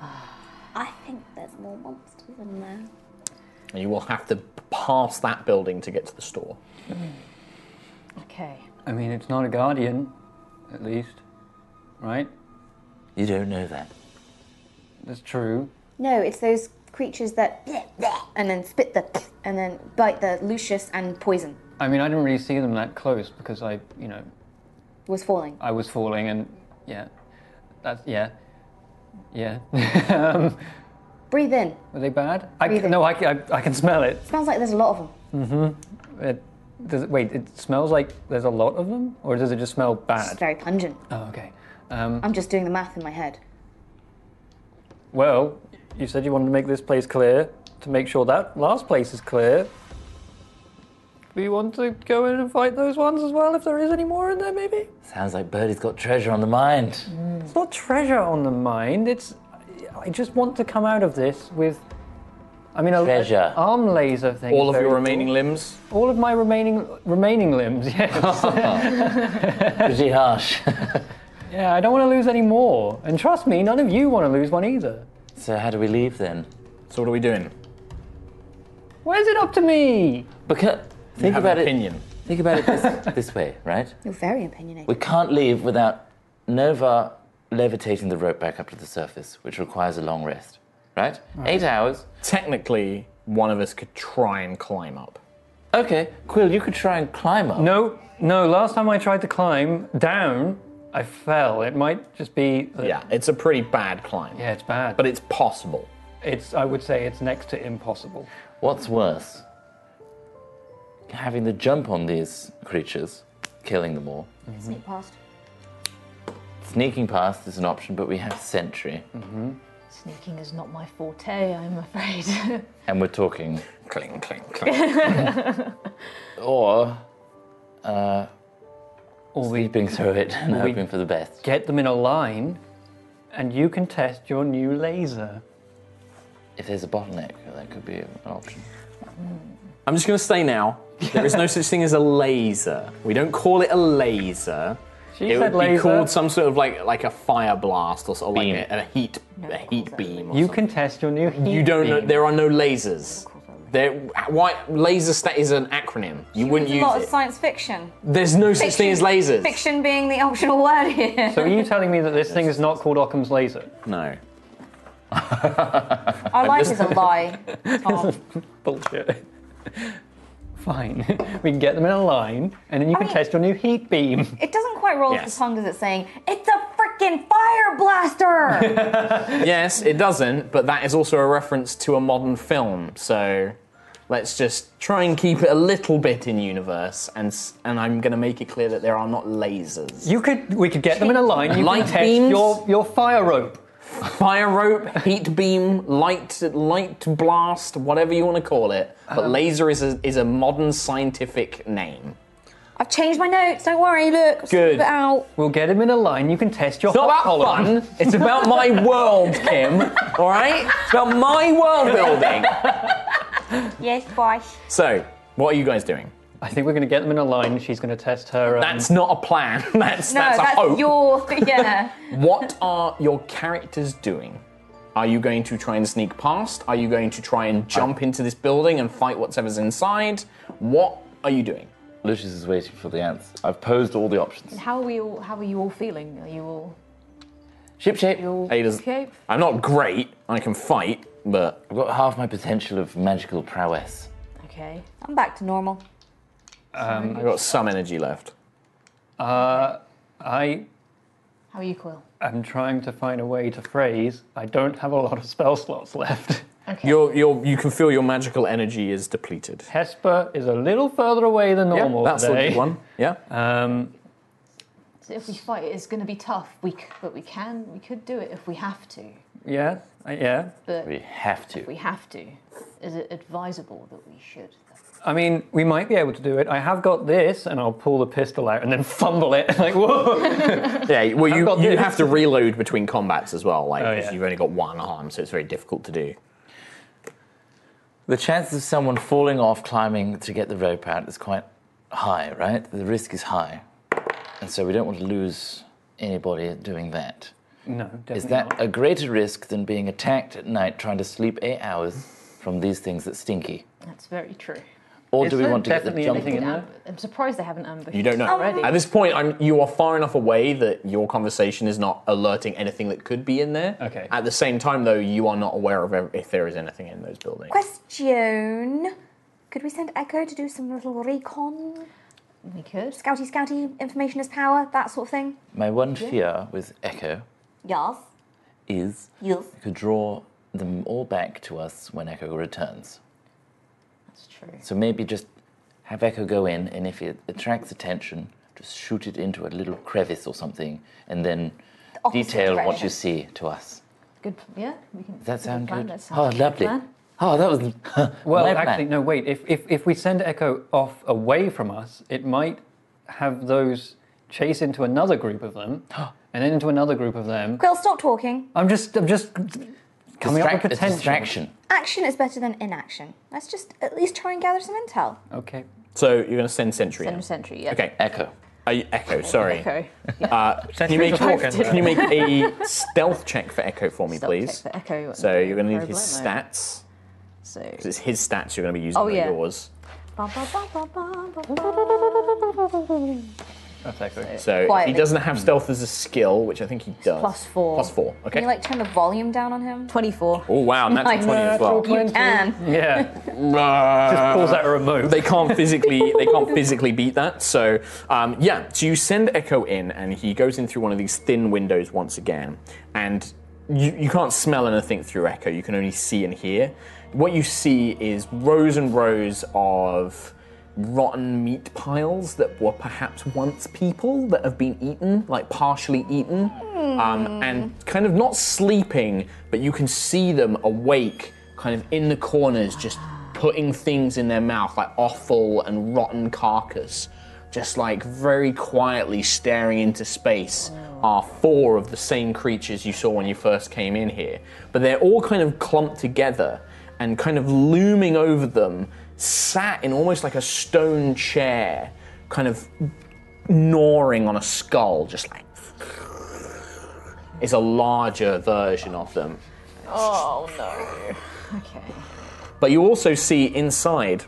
I think there's more monsters in there.
And you will have to pass that building to get to the store.
Okay.
I mean, it's not a guardian, at least, right?
you don't know that.
That's true.
No, it's those creatures that and then spit the and then bite the Lucius and poison
I mean, I didn't really see them that close because I, you know,
was falling.
I was falling and yeah, that's yeah, yeah. um,
Breathe in.
were they bad? I,
Breathe in.
no, I, c- I- I can smell it.
Sounds like there's a lot of them.
it does it, wait, it smells like there's a lot of them, or does it just smell
It's
bad?
very pungent.
Oh, okay. Um,
I'm just doing the math in my head.
well, you said you wanted to make this place clear. To make sure that last place is clear, we want to go in and fight those ones as well. If there is any more in there, maybe.
Sounds like Birdie's got treasure on the mind.
It's not treasure on the mind. It's. I just want to come out of this with. I mean, a,
Treasure.
arm laser thing.
All
is
of your
very
remaining limbs.
cool. All of my remaining remaining limbs. Yes.
Pretty harsh.
yeah. I don't want to lose any more. And trust me, none of you want to lose one either.
so how do we leave then?
So what are we doing?
Where's it up to me?
Because
You
think
have an
about it.
opinion.
Think about it this, this way, right?
You're very
We
opinionated.
can't leave without Nova levitating the rope back up to the surface, which requires a long rest, right? Eight hours.
Technically, one of us could try and climb up.
Okay, Quill, you could try and climb up.
No, no. Last time I tried to climb down, I fell. It might just be. that-
Yeah, it's a pretty bad climb.
Yeah, it's bad.
But it's possible.
it's. I would say it's next to impossible.
What's worse? Having the jump on these creatures, killing them all.
Sneak past.
Sneaking past is an option, but we have Sentry,
Sneaking is not my forte, I'm afraid.
and we're talking.
Cling, cling, cling.
Or uh,
Or we
sleeping through it and
we-
hoping for the best.
get them in a line, and you can test your new laser.
If there's a bottleneck, that could be an option.
I'm just going to say now there is no such thing as a laser. We don't call it a laser.
She
It
said
would be
laser.
called some sort of like like a fire blast or sort of
Beam.
like a, a heat a
calls
heat
it
beam. Or
you
something.
can test your new. Heat
You don't know.
beam.
There are no lasers. There, why laser stat is an acronym. You wouldn't
There's
use
a lot
it.
of science fiction.
There's no such thing as lasers.
Fiction being the optional word here.
So are you telling me that this thing is not called Occam's laser?
No.
Our life is a lie. Tom.
Bullshit. Fine. we can get them in a line, and then you
I
can
mean-
test your new heat beam.
It doesn't quite roll off
Yes.
the tongue, does it? Saying it's a freaking fire blaster.
Yes, it doesn't, but that is also a reference to a modern film. So let's just try and keep it a little bit in universe, and s- and I'm going to make it clear that there are not lasers.
You could. We could get them in a line. You
Light
can test
beams?
your your fire rope.
Fire rope, heat beam, light light blast, whatever you want to call it, but
Um.
laser is a, is a modern scientific name.
I've changed my notes. Don't worry. Look, I've
Good.
scribbled it out.
We'll get them in a line. You can test your
It's not
hot
about
column.
fun. It's about my world, Kim. All right. It's about my world building.
Yes, boss.
So, what are you guys doing?
I think we're going to get them in a line. She's going to test her. Um,
That's not a plan. That's
No,
that's,
that's,
a hope.
your yeah.
What are your characters doing? Are you going to try and sneak past? Are you going to try and jump into this building and fight whatever's inside? What are you doing?
Lucius is waiting for the answer. I've posed all the options.
How are we all? How are you all feeling? Are you all?
Ship shape.
You all
Ada's-
okay?
I'm not great. I can fight, but
I've got half my potential of magical prowess.
Okay.
I'm back to normal.
I've got some energy left.
uh, I
How are you, Quill?
am trying to find a way to phrase. I don't have a lot of spell slots left.
You're, you're, you can feel your magical energy is depleted.
Hesper is a little further away than normal
that's the
today.
good one. Yeah.
Um,
So if we fight, it's going to be tough. We, c- but we can. We could do it if we have to.
yeah, I- yeah.
But
We have
if we
to.
have to, is it advisable that we should?
I mean, we might be able to do it. I have got this, and I'll pull the pistol out and then fumble it. like, whoa!
Yeah, well,
I've got
you, you
this.
have to reload between combats as well. Like,
Oh,
'cause
yeah.
you've only got one arm, so it's very difficult to do.
The chances of someone falling off climbing to get the rope out is quite high, right? The risk is high. And so we don't want to lose anybody doing that.
No, definitely
Is that
not.
a greater risk than being attacked at night trying to sleep eight hours from these things that stinky?
That's very true.
Or
Is
do we
there
want to get the
definitely
jump?
anything in there?
I'm surprised they haven't ambushed.
You don't know.
us already.
At this point, I'm, you are far enough away that your conversation is not alerting anything that could be in there.
Okay.
At the same time, though, you are not aware of ev- if there is anything in those buildings.
Question. Could we send Echo to do some little recon?
we could.
Scouty, scouty, information is power, that sort of thing?
My one fear with Echo
Yes.
is
Yes.
we could draw them all back to us when Echo returns.
That's true.
So maybe just have Echo go in, and if it attracts attention, just shoot it into a little crevice or something, and then
opposite
detail what you
direction.
see to us.
Good. Yeah, we can.
Does that sound
plan.
good?
That sounds
oh,
like a
lovely.
plan.
Oh, that was
Well,
my plan.
actually, no. Wait. If, if if we send Echo off away from us, it might have those chase into another group of them, and then into another group of them.
Quill, stop talking.
I'm just, I'm just coming up
Distract-
with
it's
potential.
distraction.
Action is better than inaction. Let's just at least try and gather some intel.
Okay.
So you're going to send Sentry.
Send
in.
a sentry. Yeah.
Okay.
Echo.
Are you- Echo, sorry.
Echo.
Can you, make,
Sentry's talking.
can you make a stealth check for Echo for me,
Stealth check
please?
for Echo. and
So you're going to need
Rogue
his
Light Mode.
stats.
So.
'cause It's his stats you're going to be using,
Oh,
not
yeah.
yours.
Ba, ba, ba, ba, ba, ba, ba.
That's Echo.
So if
Quietly.
he doesn't have stealth as a skill, which I think he does.
plus four.
Plus four.
Can
Okay.
you like turn the volume down on him?
Twenty-four.
oh wow, and that's a
Nice.
twenty as well.
You can.
Yeah.
Uh,
Pulls out a remote.
they can't physically they can't physically beat that. So um, yeah, so you send Echo in, and he goes in through one of these thin windows once again, and you, you can't smell anything through Echo. You can only see and hear. What you see is rows and rows of rotten meat piles that were perhaps once people that have been eaten, like partially eaten, um, and kind of not sleeping, but you can see them awake, kind of in the corners, just putting things in their mouth, like offal and rotten carcass. Just like very quietly staring into space are four of the same creatures you saw when you first came in here. But they're all kind of clumped together and kind of looming over them, sat in almost like a stone chair, kind of gnawing on a skull, just like. It's a larger version of them.
Oh no. Okay.
But you also see inside,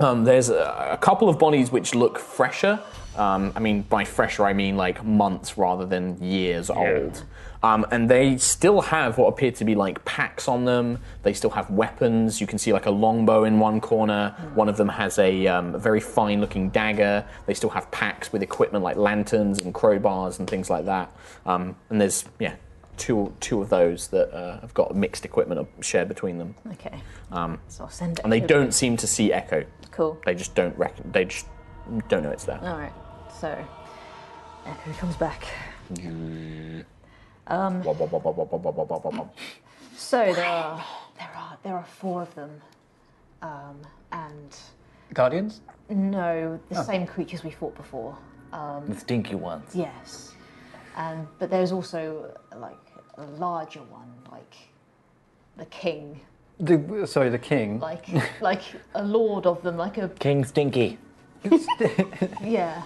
um, there's a, a couple of bodies which look fresher. Um, I mean, by fresher, I mean like months rather than years old. Um, and they still have what appear to be like packs on them. They still have weapons. You can see like a longbow in one corner. One of them has a um, very fine looking dagger. They still have packs with equipment like lanterns and crowbars and things like that. Um, and there's, yeah, two, two of those that uh, have got mixed equipment shared between them
Okay. Um, so I'll send it.
and they don't seem to see Echo.
Cool.
They just don't reckon. They just don't know it's there.
All right. So Echo comes back.
Wah, wah, wah, wah, wah, wah, wah, wah, wah, wah.
So there are there are there are four of them, um, and Oh.
Guardians.
no, the same creatures we fought before.
The stinky ones.
Yes, and but there's also like a larger one, like the king
the, sorry, the king.
like like a lord of them, like a
King Stinky.
yeah.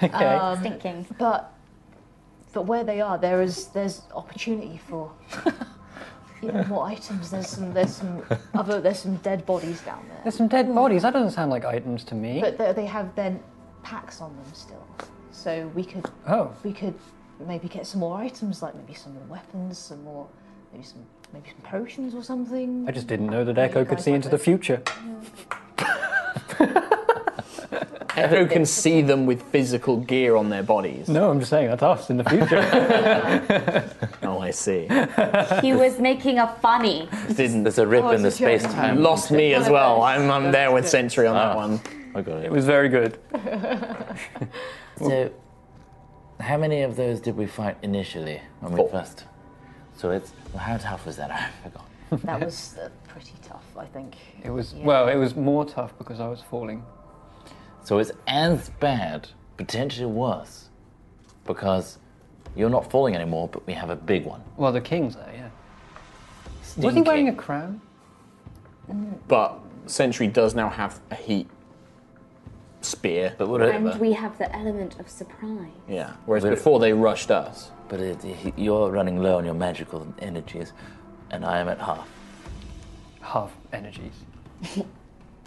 Um,
Okay.
Stinking.
But but where they are, there is there's opportunity for you know more items. There's some there's some other there's some dead bodies down there,
There's some dead bodies. That doesn't sound like items to me.
but they, they have their packs on them still. So we could
oh,
we could maybe get some more items, like maybe some more weapons, some more maybe some maybe some potions or something.
I just didn't know that
you
Echo could
guys
see
like
into the
this?
future.
Echo can see them with physical gear on their bodies.
No, I'm just saying that's us in the future.
Oh, I see.
He was making a funny.
Didn't.
There's a rip
Oh,
in the
it's a joke.
space time.
Lost me as well. I'm, I'm there with
Good.
Sentry on that
Ah.
one.
I got
it
it.
was very good.
So, how many of those did we fight initially when we
Four.
first? So it's how tough was that? I forgot.
That was uh, pretty tough, I think.
It was
Yeah.
well, it was more tough because I was falling.
So it's as bad, potentially worse, because you're not falling anymore, but we have a big one.
Well, the king's there, yeah. Was he wearing a crown?
But Sentry does now have a heat spear.
But what? It,
And we have the element of surprise.
Yeah. Whereas
We're-
before they rushed us.
but it, you're running low on your magical energies, and I am at half.
Half energies.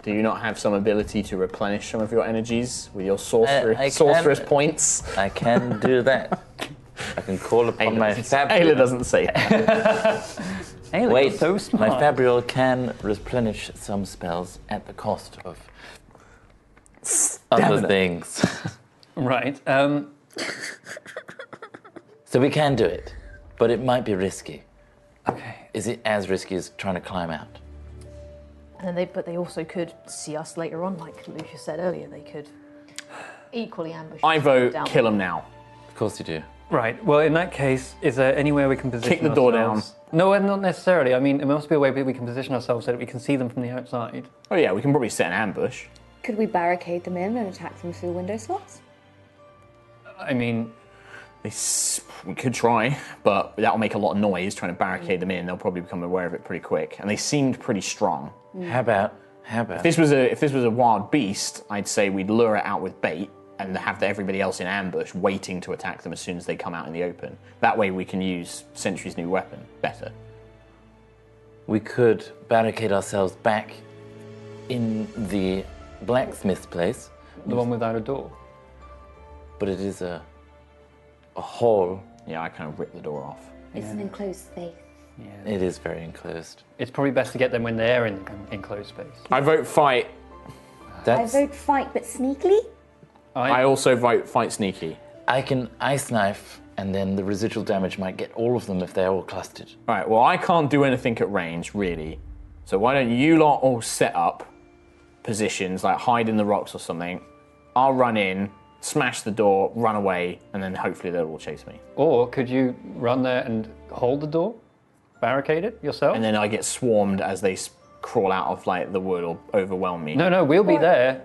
Do you not have some ability to replenish some of your energies with your sorcerer,
Uh, I can-
sorceress points?
I can do that. I can call upon my
Ayla
Fabriel.
doesn't say that.
Hey, look,
Wait,
so
my
smart.
Fabriel can replenish some spells at the cost of other things.
right. Um,
So we can do it, but it might be risky.
okay.
Is it as risky as trying to climb out?
And then they, but they also could see us later on, like Lucia said earlier. They could equally ambush.
I
us
vote
down.
kill him now.
Of course you do.
Right. Well, in that case, is there anywhere we can position
the door
ourselves? No, not necessarily. I mean, there must be a way that we can position ourselves so that we can see them from the outside.
Oh yeah, we can probably set an ambush.
Could we barricade them in and attack them through window slots?
I mean,
They s- we could try, but that'll make a lot of noise trying to barricade them in. They'll probably become aware of it pretty quick. And they seemed pretty strong.
How about? How about?
If this was a if this was a wild beast, I'd say we'd lure it out with bait and have everybody else in ambush, waiting to attack them as soon as they come out in the open. That way, we can use Sentry's new weapon better.
we could barricade ourselves back in the blacksmith's place,
the one without a door.
but it is a a hall.
Yeah, I kind of ripped the door off.
It's an enclosed space.
It is very enclosed.
It's probably best to get them when they're in an enclosed space.
I vote fight.
I
That's I,
vote fight, but sneakily.
I also vote fight sneaky.
can ice knife, and then the residual damage might get all of them if they're all clustered.
All right. Well, I can't do anything at range really. So why don't you lot all set up positions, like hide in the rocks or something? I'll run in, smash the door, run away, and then hopefully they'll all chase me.
Or could you run there and hold the door, barricade it yourself?
And then I get swarmed as they s- crawl out of like the wood or overwhelm me.
no, no, we'll be there.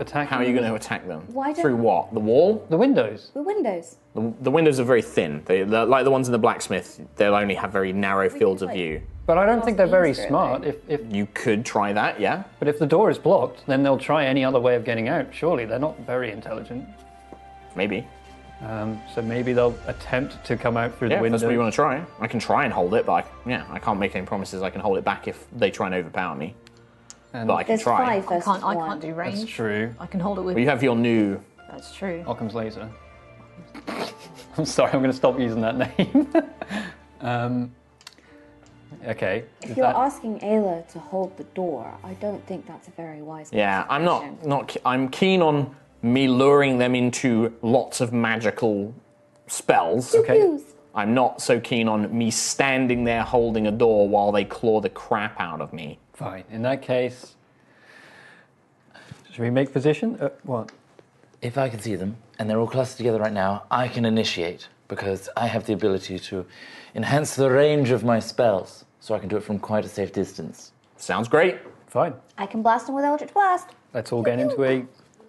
Attacking
How are you going to attack them?
Why don't-
Through what? The wall?
the windows?
The windows.
The, the windows are very thin. They, they're like the ones in the blacksmith, they'll only have very narrow fields of
like-
view.
But I don't think they're very
easier,
smart. If, if
You could try that, yeah?
but if the door is blocked, then they'll try any other way of getting out. Surely they're not very intelligent.
Maybe.
Um, so maybe they'll attempt to come out through
Yeah,
the
if
window.
that's what you want to try. I can try and hold it, but I, yeah, I can't make any promises. I can hold it back if they try and overpower me. but I can
There's
try.
five
I
versus
can't. I
one.
can't do range.
That's true.
I can hold it with.
Well, you have your new.
That's true.
Occam's laser. I'm sorry. I'm going to stop using that name. um, okay.
If
is
you're
that-
asking Ayla to hold the door, I don't think that's a very wise.
Yeah, I'm not
consideration.
not. ke- I'm keen on me luring them into lots of magical spells.
okay.
Who's-
I'm not so keen on me standing there holding a door while they claw the crap out of me.
Fine. In that case, should we make position? Uh, what?
If I can see them, and they're all clustered together right now, I can initiate because I have the ability to enhance the range of my spells, so I can do it from quite a safe distance.
Sounds great.
Fine.
I can blast them with Eldritch Blast.
Let's all get into a.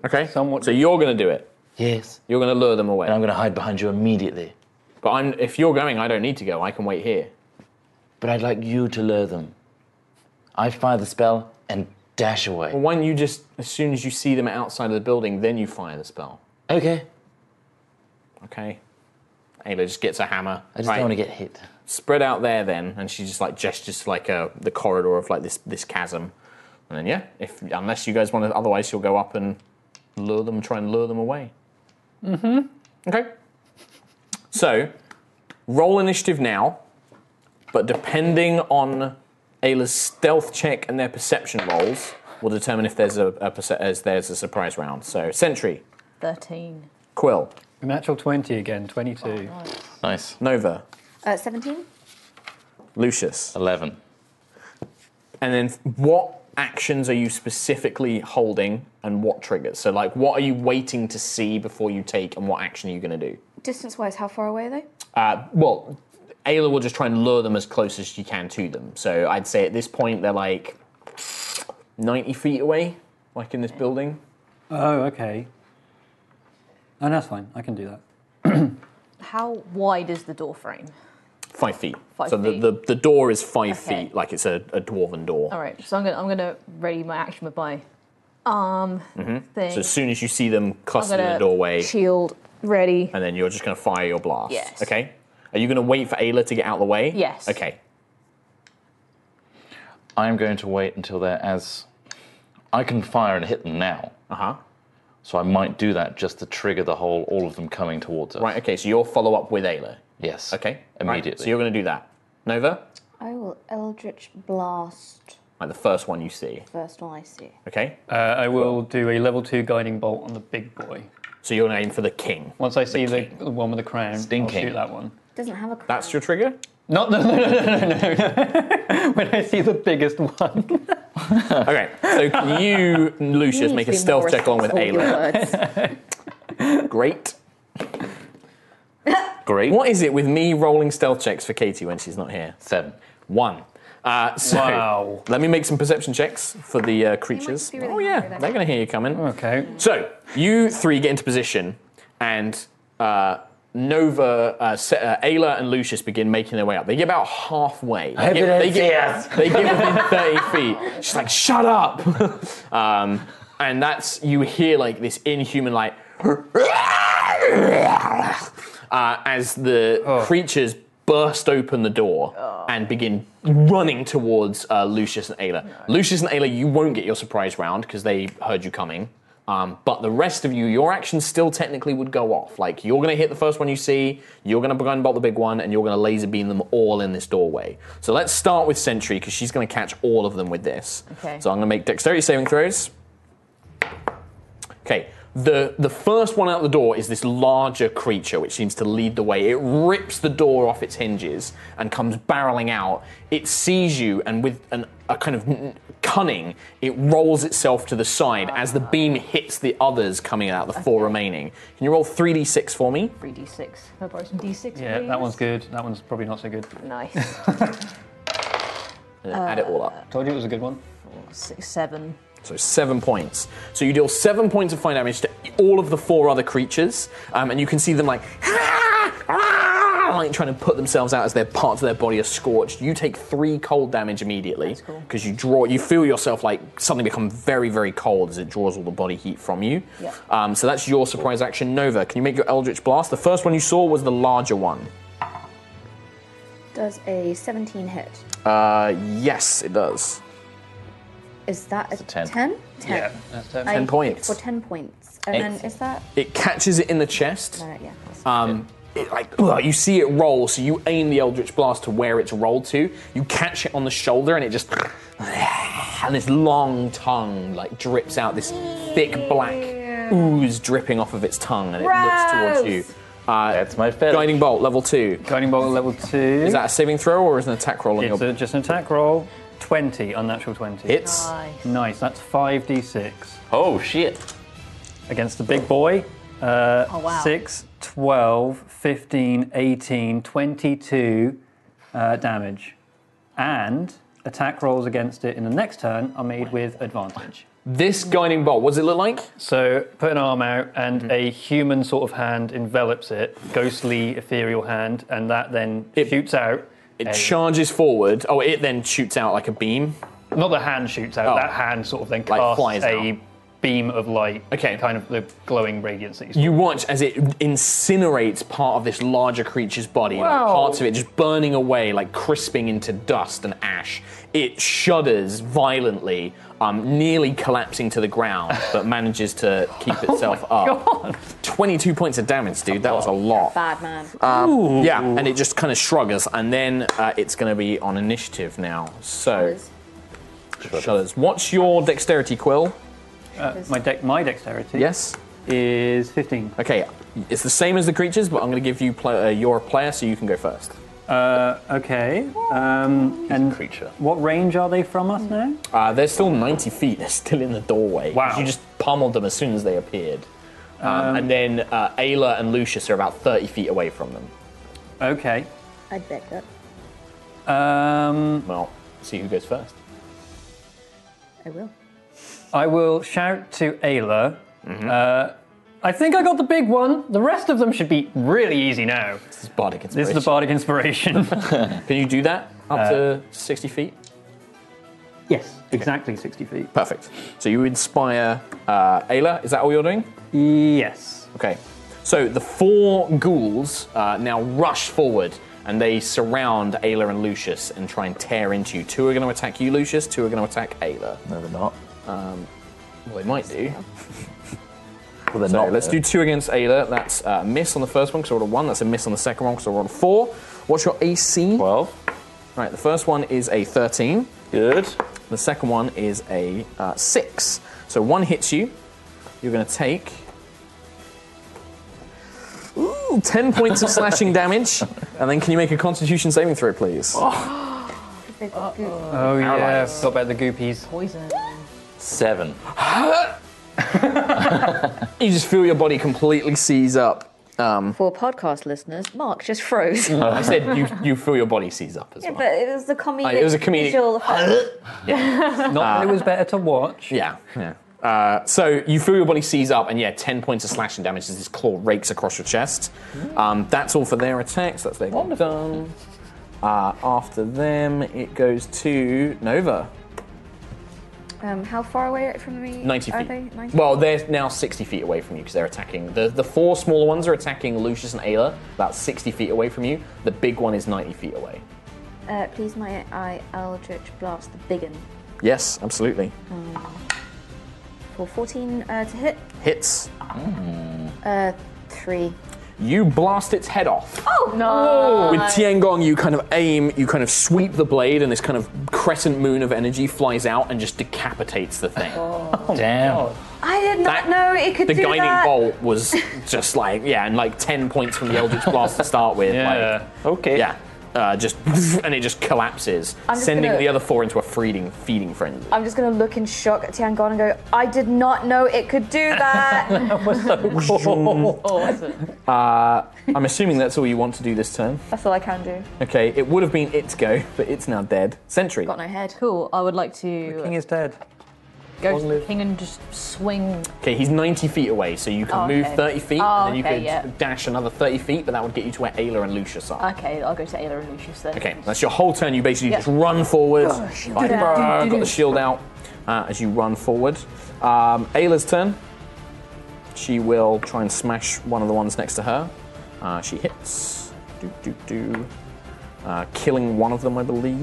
Okay.
Somewhat-
So you're going to do it.
Yes.
You're going to lure them
And
away.
I'm going to hide behind you immediately.
But I'm, if you're going, I don't need to go. I can wait here.
But I'd like you to lure them. I fire the spell and dash away.
Why don't you just, as soon as you see them outside of the building, then you fire the spell?
Okay.
Okay. Ayla just gets a hammer.
I just
Right.
don't want to get hit.
spread out there then, and she just like gestures to like uh, the corridor of like this this chasm, and then yeah, if unless you guys want to, otherwise she'll go up and lure them, try and lure them away. Mm-hmm. Okay. So, roll initiative now, but depending on Ayla's stealth check and their perception rolls, will determine if there's a, a perce- as there's a surprise round. So, Sentry,
13.
Quill,
Natural 20 again, 22.
Nice.
Nova,
Uh, 17?
Lucius.
11.
And then f- what actions are you specifically holding and what triggers? So, like, what are you waiting to see before you take and what action are you going to do?
Distance wise, how far away are they?
Uh, well, Ayla will just try and lure them as close as she can to them. So, I'd say at this point, they're like 90 feet away, like in this building.
Oh, okay. And that's fine. I can do that.
How wide is the door frame?
Five feet.
Five
so,
feet.
The, the, the door is five
Okay.
feet, like it's a, a dwarven door.
All right, so I'm gonna I'm gonna ready my action with my arm thing.
Mm-hmm. So, as soon as you see them
I'm
clustered in
gonna
the doorway,
shield ready.
and then you're just going to fire your blast.
Yes.
Okay? Are you going to wait for Ayla to get out of the way?
Yes.
Okay.
I'm going to wait until they're as. I can fire and hit them now.
Uh huh.
So I might do that just to trigger the whole, all of them coming towards us.
Right, okay, so you'll follow up with Ayla.
Yes.
Okay?
Immediately.
Right, so you're going to do that. Nova,
I will Eldritch Blast
like the first one you see.
first one I see.
Okay?
Uh, I will do a level 2 guiding bolt on the big boy.
So you're going to aim for the king.
Once I see the, the one with the crown, I'll
Stinking.
shoot that one.
Doesn't have a crown.
That's your trigger?
Not the, no, no, no, no, no, no. when I see the biggest one.
Okay, so you, Lucius,
You
make
need
a
to be more
stealth check along with
responsible
Ayla.
with your words.
Great.
Great.
What is it with me rolling stealth checks for Katie when she's not here?
Seven.
One. Uh, so
Wow.
let me make some perception checks for the uh, creatures.
be really
oh, yeah,
hungry, though.
they're going to hear you coming.
Okay.
So you three get into position, and uh, Nova, uh, Se- uh, Ayla, and Lucius begin making their way up. They get about halfway. They get, they, get, they get within thirty feet. She's like, "Shut up!" um, and that's you hear like this inhuman like. Uh, as the creatures burst open the door and begin running towards uh, Lucius and Ayla. Lucius and Ayla, you won't get your surprise round because they heard you coming. Um, but the rest of you, your actions still technically would go off. Like you're gonna hit the first one you see, you're gonna gun bolt the big one, and you're gonna laser beam them all in this doorway. So let's start with Sentry because she's gonna catch all of them with this.
Okay.
So I'm gonna make dexterity saving throws. Okay. The, the first one out the door is this larger creature which seems to lead the way. It rips the door off its hinges and comes barreling out. It sees you, and with an, a kind of n- cunning, it rolls itself to the side as the beam hits the others coming out, the four remaining. Can you roll 3d6 for me?
3d6. Can I borrow some d6?
Yeah,
please?
that one's good. That one's probably not so good.
Nice.
And then add it all up.
Told you it was a good one.
Six, seven.
So seven points. So you deal seven points of fire damage to all of the four other creatures, um, and you can see them like, like trying to put themselves out as their parts of their body are scorched. You take three cold damage immediately because
cool.
you draw. You feel yourself like something become very, very cold as it draws all the body heat from you.
Yep.
Um, so that's your surprise action, Nova. Can you make your Eldritch Blast? The first one you saw was the larger one.
Does a 17 hit?
Uh, yes, it does.
Is that a,
10.
10?
Yeah, that's ten.
10 points.
For 10 points. And
Eight.
then is that?
It catches it in the chest.
Alright, yeah. that's-
Um, it, like ugh, you see it roll, so you aim the Eldritch Blast to where it's rolled to. You catch it on the shoulder, and it just and this long tongue like drips out this thick black ooze dripping off of its tongue, and it looks towards you. Uh,
That's my fetish.
Guiding bolt level two.
Guiding bolt level two.
Is that a saving throw or is it an attack roll? on
It's
your
a, just an attack roll. 20, unnatural 20.
hits.
Nice, that's 5d6.
Oh, shit.
Against the big boy, uh,
Oh, wow.
6, 12, 15, 18, 22 uh, damage. And attack rolls against it in the next turn are made with advantage.
This guiding bolt, what does it look like?
So put an arm out, and
Mm-hmm.
a human sort of hand envelops it, ghostly, ethereal hand, and that then
It-
shoots out.
It
a-
charges forward. Oh, it then shoots out like a beam.
Not the hand shoots out.
Oh.
That hand sort of then
Like
casts
flies
a
out.
beam of light.
Okay.
Kind of the glowing radiance that you.
You watch as it incinerates part of this larger creature's body, like
Wow.
parts of it just burning away, like crisping into dust and ash. It shudders violently, um, nearly collapsing to the ground, but manages to keep itself up. 22 points of damage, dude. That was a lot.
Bad man.
uh, Yeah, and it just kind of shrugs, and then uh, it's going to be on initiative now. So, shudders. What's your dexterity, Quill?
Uh, my deck, my dexterity.
Yes.
Is 15.
Okay, it's the same as the creatures, but I'm going to give you pl- uh, your player so you can go first.
Uh, okay. Um, and
creature.
What range are they from us now?
Uh, they're still 90 feet. They're still in the doorway.
Wow.
You just pummeled them as soon as they appeared. Um, and then uh, Ayla and Lucius are about 30 feet away from them.
Okay.
I'd bet that.
Um,
Well, see who goes first.
I will.
I will shout to Ayla. Uh, I think I got the big one. The rest of them should be really easy now.
This is Bardic
This is the Uh, bardic inspiration.
Can you do that up to 60 feet?
yes, exactly 60 feet.
Perfect. So you inspire uh, Ayla. Is that all you're doing?
Yes.
Okay. So the four ghouls uh, now rush forward and they surround Ayla and Lucius and try and tear into you. Two are going to attack you, Lucius. Two are going to attack Ayla.
No, they're not.
Well, they might do.
Well, they're
So
not.
let's do two against Ayla. That's uh, a miss on the first one because I rolled a one. That's a miss on the second one because I rolled a four. What's your AC?
Twelve.
Right, the first one is a 13.
Good.
The second one is a uh, six. So one hits you. You're going to take. Ooh, 10 points of slashing damage. And then can you make a constitution saving throw, please?
They've got goo.
Oh, yeah. Forgot about the goopies.
Poison.
Seven.
You just feel your body completely seize up. Um,
For podcast listeners, Mark just froze.
I said you, you feel your body seize up as
Yeah,
well.
but it was the comedic.
Uh, it was a comedic-
Visual effect.
Not that it was better to watch.
Yeah, yeah. Uh, so you feel your body seize up, and yeah, ten points of slashing damage as this claw rakes across your chest. Um, that's all for their attacks. That's their done. Uh, after them, it goes to Nova.
Um, how far away from me
90
are
feet.
they? 90?
Well, they're now 60 feet away from you because they're attacking. The, the four smaller ones are attacking Lucius and Ayla, about 60 feet away from you. The big one is 90 feet away.
Uh, please, my I Eldritch Blast the big one.
Yes, absolutely.
For 14 uh, to hit,
Hits.
uh, 3.
You blast its head off.
Oh no!
With Tiangong, you kind of aim, you kind of sweep the blade, and this kind of crescent moon of energy flies out and just decapitates the thing.
Damn.
I did not
That-
know it could
the
do
guiding
that.
bolt was just like, yeah, and like 10 points from the Eldritch Blast to start with.
Yeah.
Like,
Okay.
yeah. Uh, just and it just collapses,
just
sending
gonna-
the other four into a feeding feeding frenzy.
I'm just gonna look in shock at Tiangon and go, I did not know it could do that!
I'm assuming that's all you want to do this turn.
That's all I can do.
Okay, it would have been its go, but it's now dead. Sentry.
Got no head.
Cool. I would like to
King is dead.
go to the king and just swing.
Okay, he's 90 feet away, so you can
Oh,
move
okay.
30 feet,
Oh,
and then you
okay,
could
yeah.
dash another 30 feet, but that would get you to where Ayla and Lucius are.
Okay, I'll go to Ayla and Lucius then.
Okay, that's your whole turn. You basically
Yeah.
just run forward. Like,
out.
"Brr," got the shield out uh, as you run forward. Um, Ayla's turn. She will try and smash one of the ones next to her. Uh, she hits. Do, do, do. Uh, killing one of them, I believe.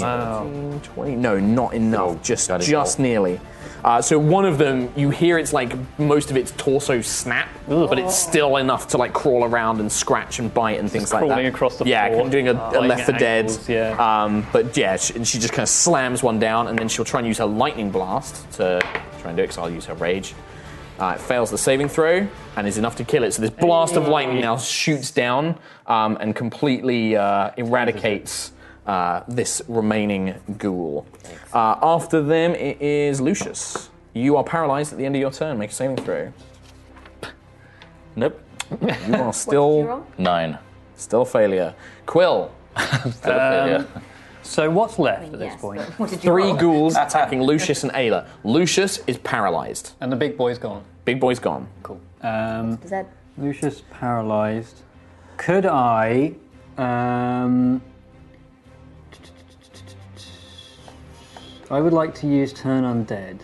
Wow.
17, 20. No, not enough.
Oh,
just
got it.
just nearly. Uh, so one of them, you hear it's like most of its torso snap, but it's still enough to like crawl around and scratch and bite and things like that.
crawling across the
yeah,
floor.
doing a, a
Lying
Left
at
for Dead.
angles, yeah.
Um, but yeah, she, and she just kind of slams one down, and then she'll try and use her lightning blast to try and do it. Because I'll use her rage. Uh, it fails the saving throw and is enough to kill it. So this blast of lightning now shoots down um, and completely uh, eradicates uh, this remaining ghoul. Uh, after them, it is Lucius. You are paralyzed at the end of your turn. Make a saving throw.
Nope.
You are still
roll?
Nine.
still a failure. Quill,
Still a failure.
Um,
So what's left at this
Yes,
point?
but What did you
three
roll?
ghouls attacking Lucius and Ayla. Lucius is paralyzed.
And the big boy's gone.
Big boy's gone.
Cool. Um,
Is that
Lucius paralyzed. Could I? Um,
I would like to use Turn Undead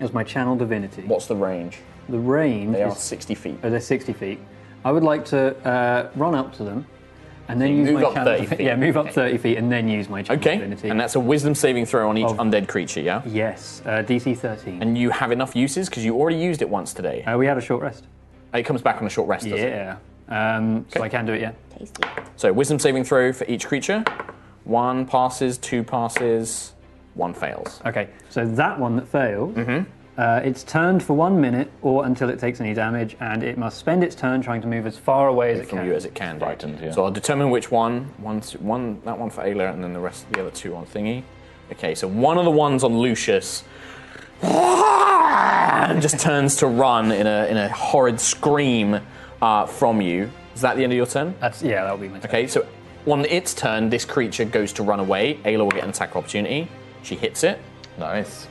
as my channel divinity.
What's the range?
The range
They are
is
60 feet.
oh, they're 60 feet. I would like to uh, run up to them and then use
move
my
up
channel
30 feet.
Yeah, move up 30 feet and then use my channel
Okay,
divinity.
and that's a wisdom saving throw on each
Of-
undead creature, yeah?
yes, uh, DC 13.
And you have enough uses because you already used it once today.
uh, we had a short rest.
It comes back on a short rest, doesn't it?
Yeah. Um, so I can do it, yeah.
Tasty.
So, wisdom saving throw for each creature. One passes, two passes, one fails.
Okay, so that one that failed,
Mm-hmm.
uh, it's turned for one minute or until it takes any damage, and it must spend its turn trying to move as far away as it
from
can.
you as it can do.
Frightened, yeah.
So I'll determine which one. One, two- one- that one for Ayla, and then the rest, the other two on Thingy. Okay, so one of the ones on Lucius just turns to run in a in a horrid scream uh, from you. Is that the end of your turn?
That's yeah, that'll be my turn.
Okay, so on its turn, this creature goes to run away. Ayla will get an attack of opportunity. She hits it,
Nice.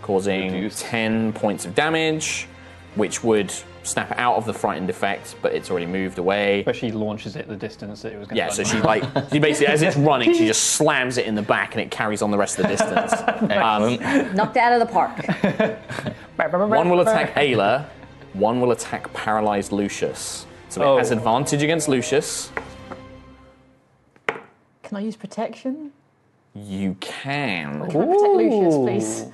causing
Reduced.
10 points of damage, which would snap it out of the frightened effect, but it's already moved away.
But she launches it the distance that it was going
Yeah,
to
so she like she basically as it's running, she just slams it in the back and it carries on the rest of the distance. Um,
Knocked it out of the park.
one will attack Ayla, one will attack paralyzed Lucius. So it
Oh.
has advantage against Lucius.
Can I use protection?
You can.
Can I protect Lucius, please?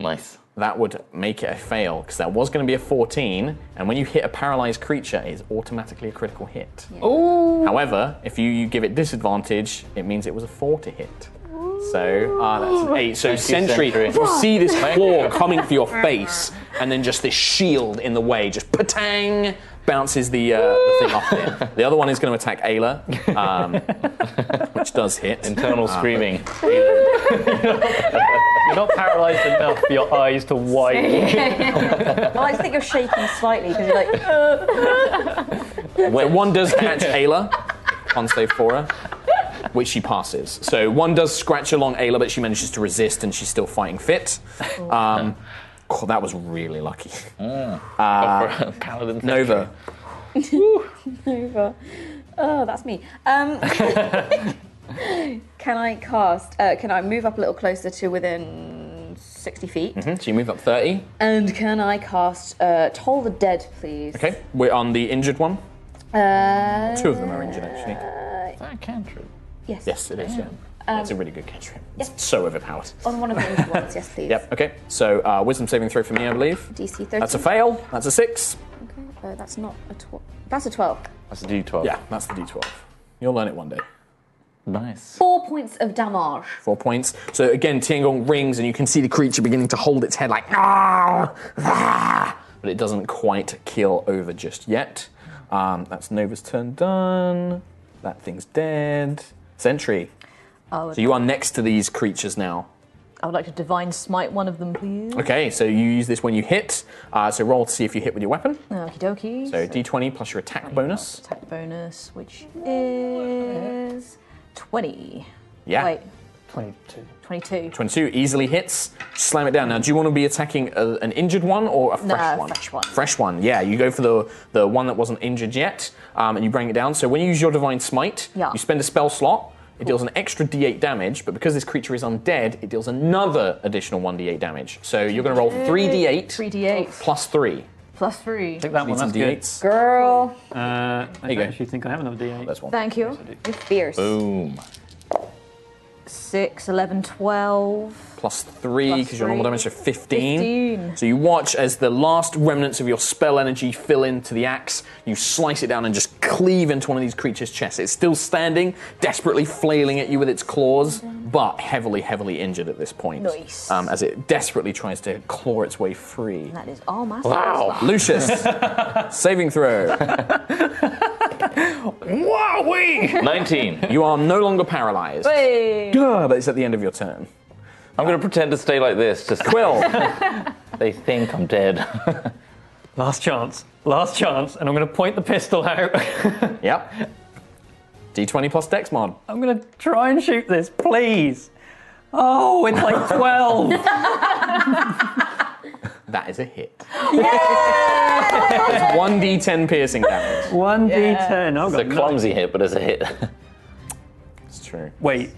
Nice.
That would make it a fail because that was going to be a 14, and when you hit a paralyzed creature, it's automatically a critical hit. However, if you, you give it disadvantage, it means it was a four to hit. So uh, that's an eight. So Sentry,
Sentry.
you see this claw coming for your face, and then just this shield in the way, just patang, bounces the, uh, the thing off it. The other one is going to attack Ayla, um, which does hit.
Internal screaming.
You're not paralyzed enough for your eyes to widen.
Well, I think you're shaking slightly because you're like,
So one does catch Ayla on save for her, which she passes. So one does scratch along Ayla, but she manages to resist and she's still fighting fit. Um, God, that was really lucky.
For a paladin
Nova.
Nova. Oh, that's me. Um, can I cast? Uh, can I move up a little closer to within sixty feet?
Hmm? So you move up 30.
And can I cast uh, Toll the Dead, please?
Okay, we're on the injured one.
Uh,
Two of them are injured, actually.
Is that a cantrip?
yes.
Yes, it is. Yeah. That's a really good catch. It's so overpowered.
On one of those ones, yes, please.
Yep, okay. So uh, wisdom saving throw for me, I believe.
DC thirteen.
That's a fail. That's a six.
Okay. Uh, that's not a twelve. That's a twelve.
That's a D12.
Yeah, that's the d12. You'll learn it one day.
Nice.
Four points of damage.
four points. So again, Tiangong rings, and you can see the creature beginning to hold its head like, "Ah, ah," but it doesn't quite keel over just yet. Um, that's Nova's turn done. That thing's dead. Sentry.
I would,
So you are next to these creatures now.
I would like to divine smite one of them, please.
Okay, so you use this when you hit. Uh, so roll to see if you hit with your weapon.
Okie dokie.
So d20 plus your attack bonus.
attack bonus, which is 20.
Yeah.
Wait. 22. 22.
22 easily hits. Slam it down. Now, do you want to be attacking a, an injured one or a fresh
No,
one?
fresh one.
Fresh one. Yeah, you go for the the one that wasn't injured yet, um, and you bring it down. So when you use your divine smite,
Yeah.
you spend a spell slot. It deals an extra d8 damage, but because this creature is undead, it deals another additional 1d8 damage. So you're going to roll 3d8
3d8
plus 3.
plus 3.
Take that one,
Some
that's
d8s.
good.
Girl,
Uh, I
you
don't
go.
actually think I have another D8.
That's one.
Thank you.
you're fierce.
Boom.
6, 11, 12.
plus three
Plus
because your normal
three.
damage is 15.
15.
So you watch as the last remnants of your spell energy fill into the axe. You slice it down and just cleave into one of these creatures' chests. It's still standing, desperately flailing at you with its claws, but heavily, heavily injured at this point.
Nice.
Um, as it desperately tries to claw its way free.
That is all my
Wow, Lucius, saving throw.
Wowee! 19.
You are no longer paralyzed.
Hey.
Duh, but it's at the end of your turn.
I'm going to pretend to stay like this just
Quill,
they think I'm dead.
Last chance. Last chance. And I'm going to point the pistol out.
yep. D20 plus Dex mod.
I'm going to try and shoot this, please. Oh, it's like 12.
That is a hit. That's 1d10 piercing damage.
1d10. Oh, God.
It's a clumsy hit, but it's a hit.
It's true.
Wait,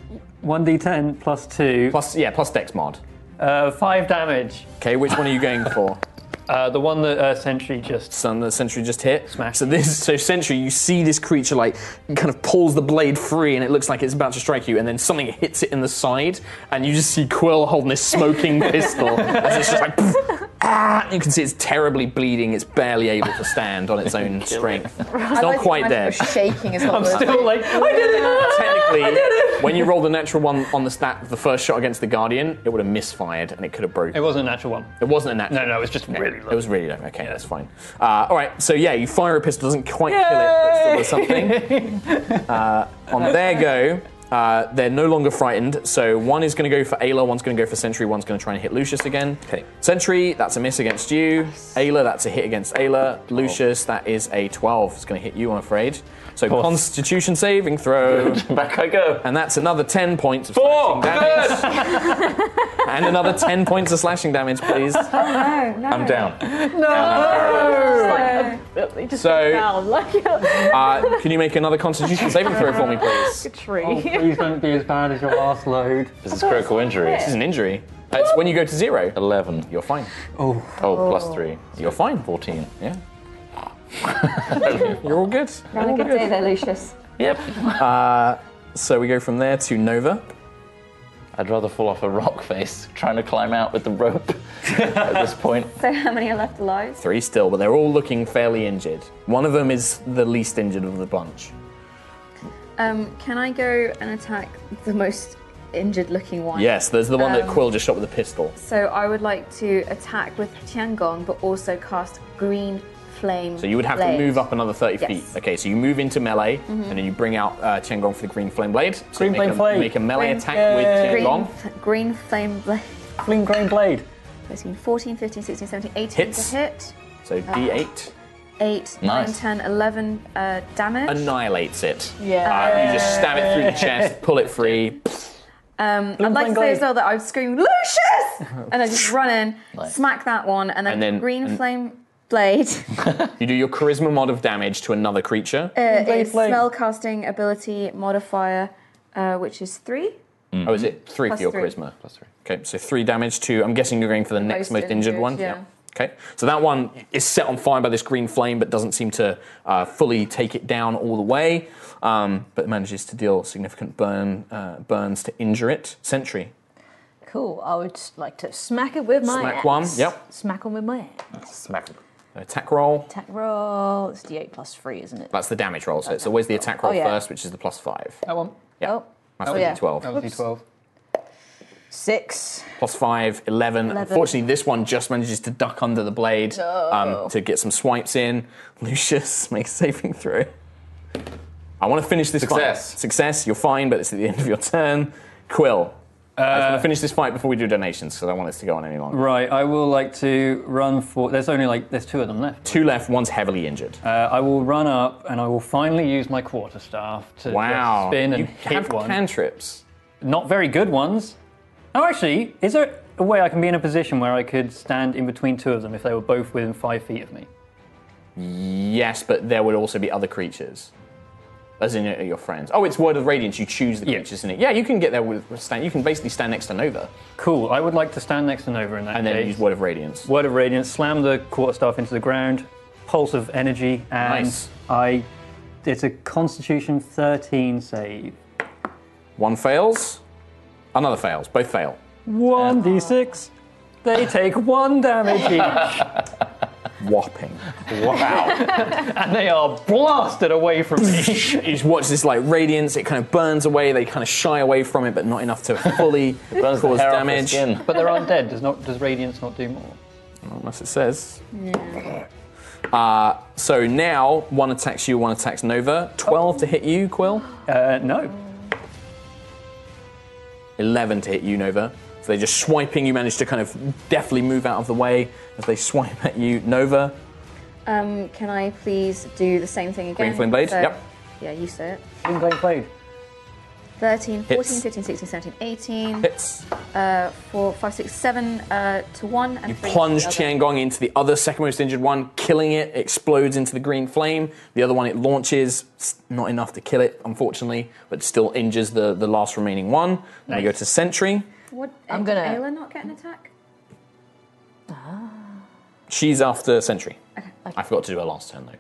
1d10 plus 2.
Plus, yeah, plus Dex mod.
Uh, 5 damage.
Okay, which one are you going for?
Uh, the one that uh, Sentry just.
Son that Sentry just hit.
Smash.
So this, so Sentry, you see this creature like kind of pulls the blade free, and it looks like it's about to strike you, and then something hits it in the side, and you just see Quill holding this smoking pistol as it's just like. poof, Ah, and you can see it's terribly bleeding. It's barely able to stand on its own strength. It's not quite there.
shaking as well. I'm
Still like. I did it!
Technically, when you rolled a natural one on the stat, of the first shot against the Guardian, it would have misfired and it could have broken.
It wasn't a natural one.
It wasn't a natural.
No, no, it was just really low.
It was really low. Okay, that's fine. Uh, all right, so yeah, you fire a pistol, doesn't quite kill it, but still does something. uh, on their go, uh, they're no longer frightened. So one is going to go for Ayla, one's going to go for Sentry, one's going to try and hit Lucius again.
Okay.
Sentry, that's a miss against you. Ayla, that's a hit against Ayla. Lucius, that is a 12. It's going to hit you, I'm afraid. So Constitution saving throw,
Back I go.
and that's another 10 points of
Four.
slashing damage. and another 10 points of slashing damage, please.
No, no.
I'm down.
It just
So-
so, down like a
Uh, can you make another Constitution saving throw for me, please?
tree.
Oh, Please don't be as bad as your last load.
This is critical injury.
This is an injury. Uh, It's when you go to zero.
11.
You're fine.
Oh, plus 3.
You're fine.
14.
Yeah. You're all good.
Have a good day there, Lucius.
Yep. Uh, so we go from there to Nova.
I'd rather fall off a rock face trying to climb out with the rope at this point.
So how many are left alive?
Three still, but they're all looking fairly injured. One of them is the least injured of the bunch.
Um, can I go and attack the most injured looking one?
Yes, there's the one that
Um,
Quill just shot with a pistol.
So I would like to attack with Tiangong, but also cast green flame.
So you would have to move up another 30
Yes. Mm-hmm.
feet. Okay, so you move into melee, and then you bring out uh, Tiangong for the green flame blade. So
Green
make
flame
a,
blade.
Make a melee
Green-
attack
Yay.
with
green,
Tiangong.
f- green flame blade.
Fling Grain Blade.
Between 14, 15, 16, 17, 18
Hits.
to hit.
So D8
8,
Nice.
9, 10, 11 uh, damage.
annihilates it.
Yeah.
Uh, you just stab it through the chest, pull it free,
Um, I'd like to say as well that I would scream, Lucius! and I just run in,
Nice.
smack that one, and then,
And then-
green
and-
flame blade.
You do your charisma mod of damage to another creature.
Eh.
Uh, it's spell casting ability modifier, uh, which is 3.
Oh, is it three
Plus
for your
three.
charisma? Plus three. Okay, so three damage to. I'm guessing you're going for the next most
most
injured,
injured,
one.
yeah.
Okay, so that one is set on fire by this green flame, but doesn't seem to uh, fully take it down all the way. Um, but manages to deal significant burn uh, burns to injure it. Sentry,
Cool. I would like to smack it with my
Smack
axe.
one, yep.
Smack one with my axe.
smack. Attack roll.
Attack roll. It's d8 plus three, isn't it?
That's the damage roll. So it's always the attack roll
Oh, yeah.
first, which is the plus five.
That one.
Yeah.
Oh.
That's
Oh,
the
yeah.
d12.
That was d12.
Six.
plus five, 11.
11.
Unfortunately, this one just manages to duck under the blade um, to get some swipes in. Lucius makes a saving throw. I want to finish this
Success.
fight. Success, you're fine, but it's at the end of your turn. Quill. I
Uh,
just want to finish this fight before we do donations because I don't want this to go on any longer.
Right, I will like to run for. There's only like. There's two of them left.
Two left, one's heavily injured.
Uh, I will run up and I will finally use my quarterstaff to
wow.
just spin and
you
hit
have
one.
cantrips.
Not very good ones. Oh, actually, is there a way I can be in a position where I could stand in between two of them if they were both within five feet of me?
Yes, but there would also be other creatures. As in uh, your friends. Oh, it's Word of Radiance. You choose the
Yeah.
creatures, isn't it? Yeah, you can get there with stand. You can basically stand next to Nova
Cool. I would like to stand next to Nova in that
and
case.
then use Word of Radiance.
Word of Radiance, slam the quarterstaff into the ground, pulse of energy, and
Nice.
I. It's a Constitution 13 save.
One fails, another fails, both fail.
Uh, 1d6. They take one damage each.
Whopping.
and they are blasted away from me.
you just watch this like radiance, it kind of burns away, they kind of shy away from it, but not enough to fully cause
Burns the hair off the
damage.
skin.
but they're undead. Does not does Radiance not do more?
Unless it says. Uh, so now one attacks you, one attacks Nova. 12 to hit you, Quill.
Uh, no.
11 to hit you, Nova. So they're just swiping, you manage to kind of deftly move out of the way as they swipe at you, Nova.
Um, can I please do the same thing again?
Green flame blade,
So-
yep.
Yeah, you say it.
Green Blade Blade.
13, 14,
Hits.
15, 16, 17, 18,
Hits.
uh, 4, 5, 6, 7 uh, to 1. And
You
three to
plunge
the other.
Tiangong into the other second most injured one, killing it, it explodes into the green flame. The other one it launches, s- not enough to kill it, unfortunately, but still injures the, the last remaining one. Then we go to Sentry.
What,
I'm
did
gonna-
Ayla not get an attack?
She's after Sentry. I forgot to do her last turn though.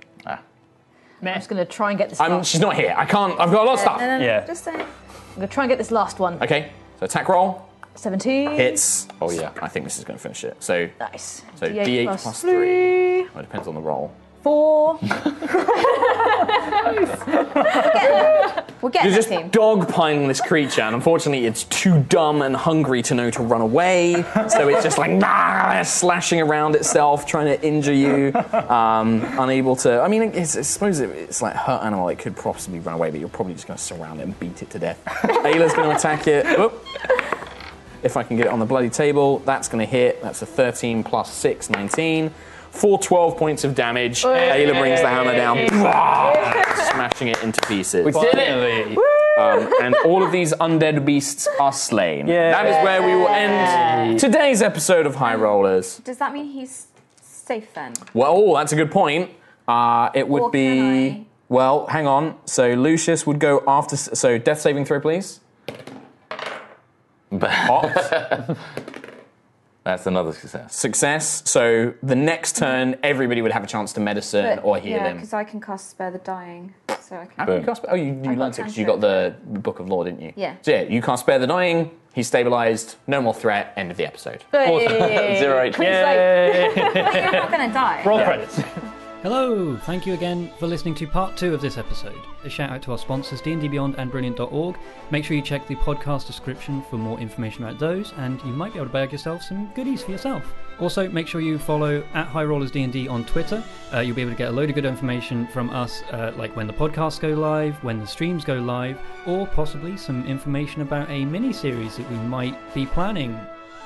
I'm just going to try and get this.
I'm,
last-
she's not here. I can't. I've got a lot of stuff.
No, no, no,
Yeah.
Just saying.
I'm going to try and get this last one.
Okay, so attack roll
17.
hits. Oh yeah, I think this is going to finish it. So
Nice.
so D8, plus, plus three.
three.
Well, it depends on the roll.
Four.
We'll get
You're
that
just
team.
dogpiling this creature, and unfortunately, it's too dumb and hungry to know to run away. So it's just like nah, slashing around itself, trying to injure you, um, unable to. I mean, it's, I suppose it, it's like hurt animal. It could possibly run away, but you're probably just going to surround it and beat it to death. Ayla's going to attack it. Whoop. If I can get it on the bloody table, that's going to hit. That's a 13 plus 6, 19. For 12 points of damage, Ayla brings the hammer down, smashing it into pieces.
Finally.
Um, and all of these undead beasts are slain.
Yeah.
That is where we will end today's episode of High Rollers.
Does that mean he's safe then?
Well, oh, that's a good point. Uh, it would
Or
be.
can I?
Well, hang on. So Lucius would go after. So death saving throw, please.
That's another success.
Success. So the next turn, everybody would have a chance to medicine
But-
or heal
yeah,
them.
because I can cast Spare the Dying. So I can.
How can you cast- Oh, you, you
I got
learned it because you got the Book of Law, didn't you?
Yeah.
So yeah, you can't spare the dying. He's stabilized. No more threat. End of the episode.
Zero HP.
You're not going to die.
Roll credits.
Hello, thank you again for listening to part two of this episode. A shout out to our sponsors, D&D Beyond and Brilliant.org. Make sure you check the podcast description for more information about those, and you might be able to bag yourself some goodies for yourself. Also, make sure you follow at High Rollers D&D on Twitter. Uh, you'll be able to get a load of good information from us, uh, like when the podcasts go live, when the streams go live, or possibly some information about a mini-series that we might be planning.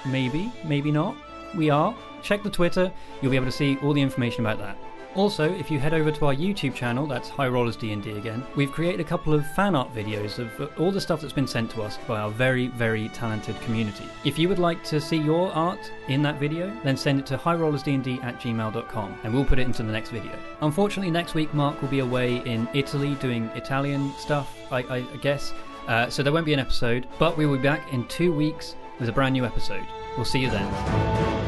Maybe, maybe not. We are. Check the Twitter. You'll be able to see all the information about that. Also, if you head over to our YouTube channel, that's High Rollers D&D again, we've created a couple of fan art videos of uh, all the stuff that's been sent to us by our very, very talented community. If you would like to see your art in that video, then send it to highrollersdnd at gmail.com and we'll put it into the next video. Unfortunately, next week Mark will be away in Italy doing Italian stuff, I, I, I guess, uh, so there won't be an episode, but we will be back in two weeks with a brand new episode. We'll see you then.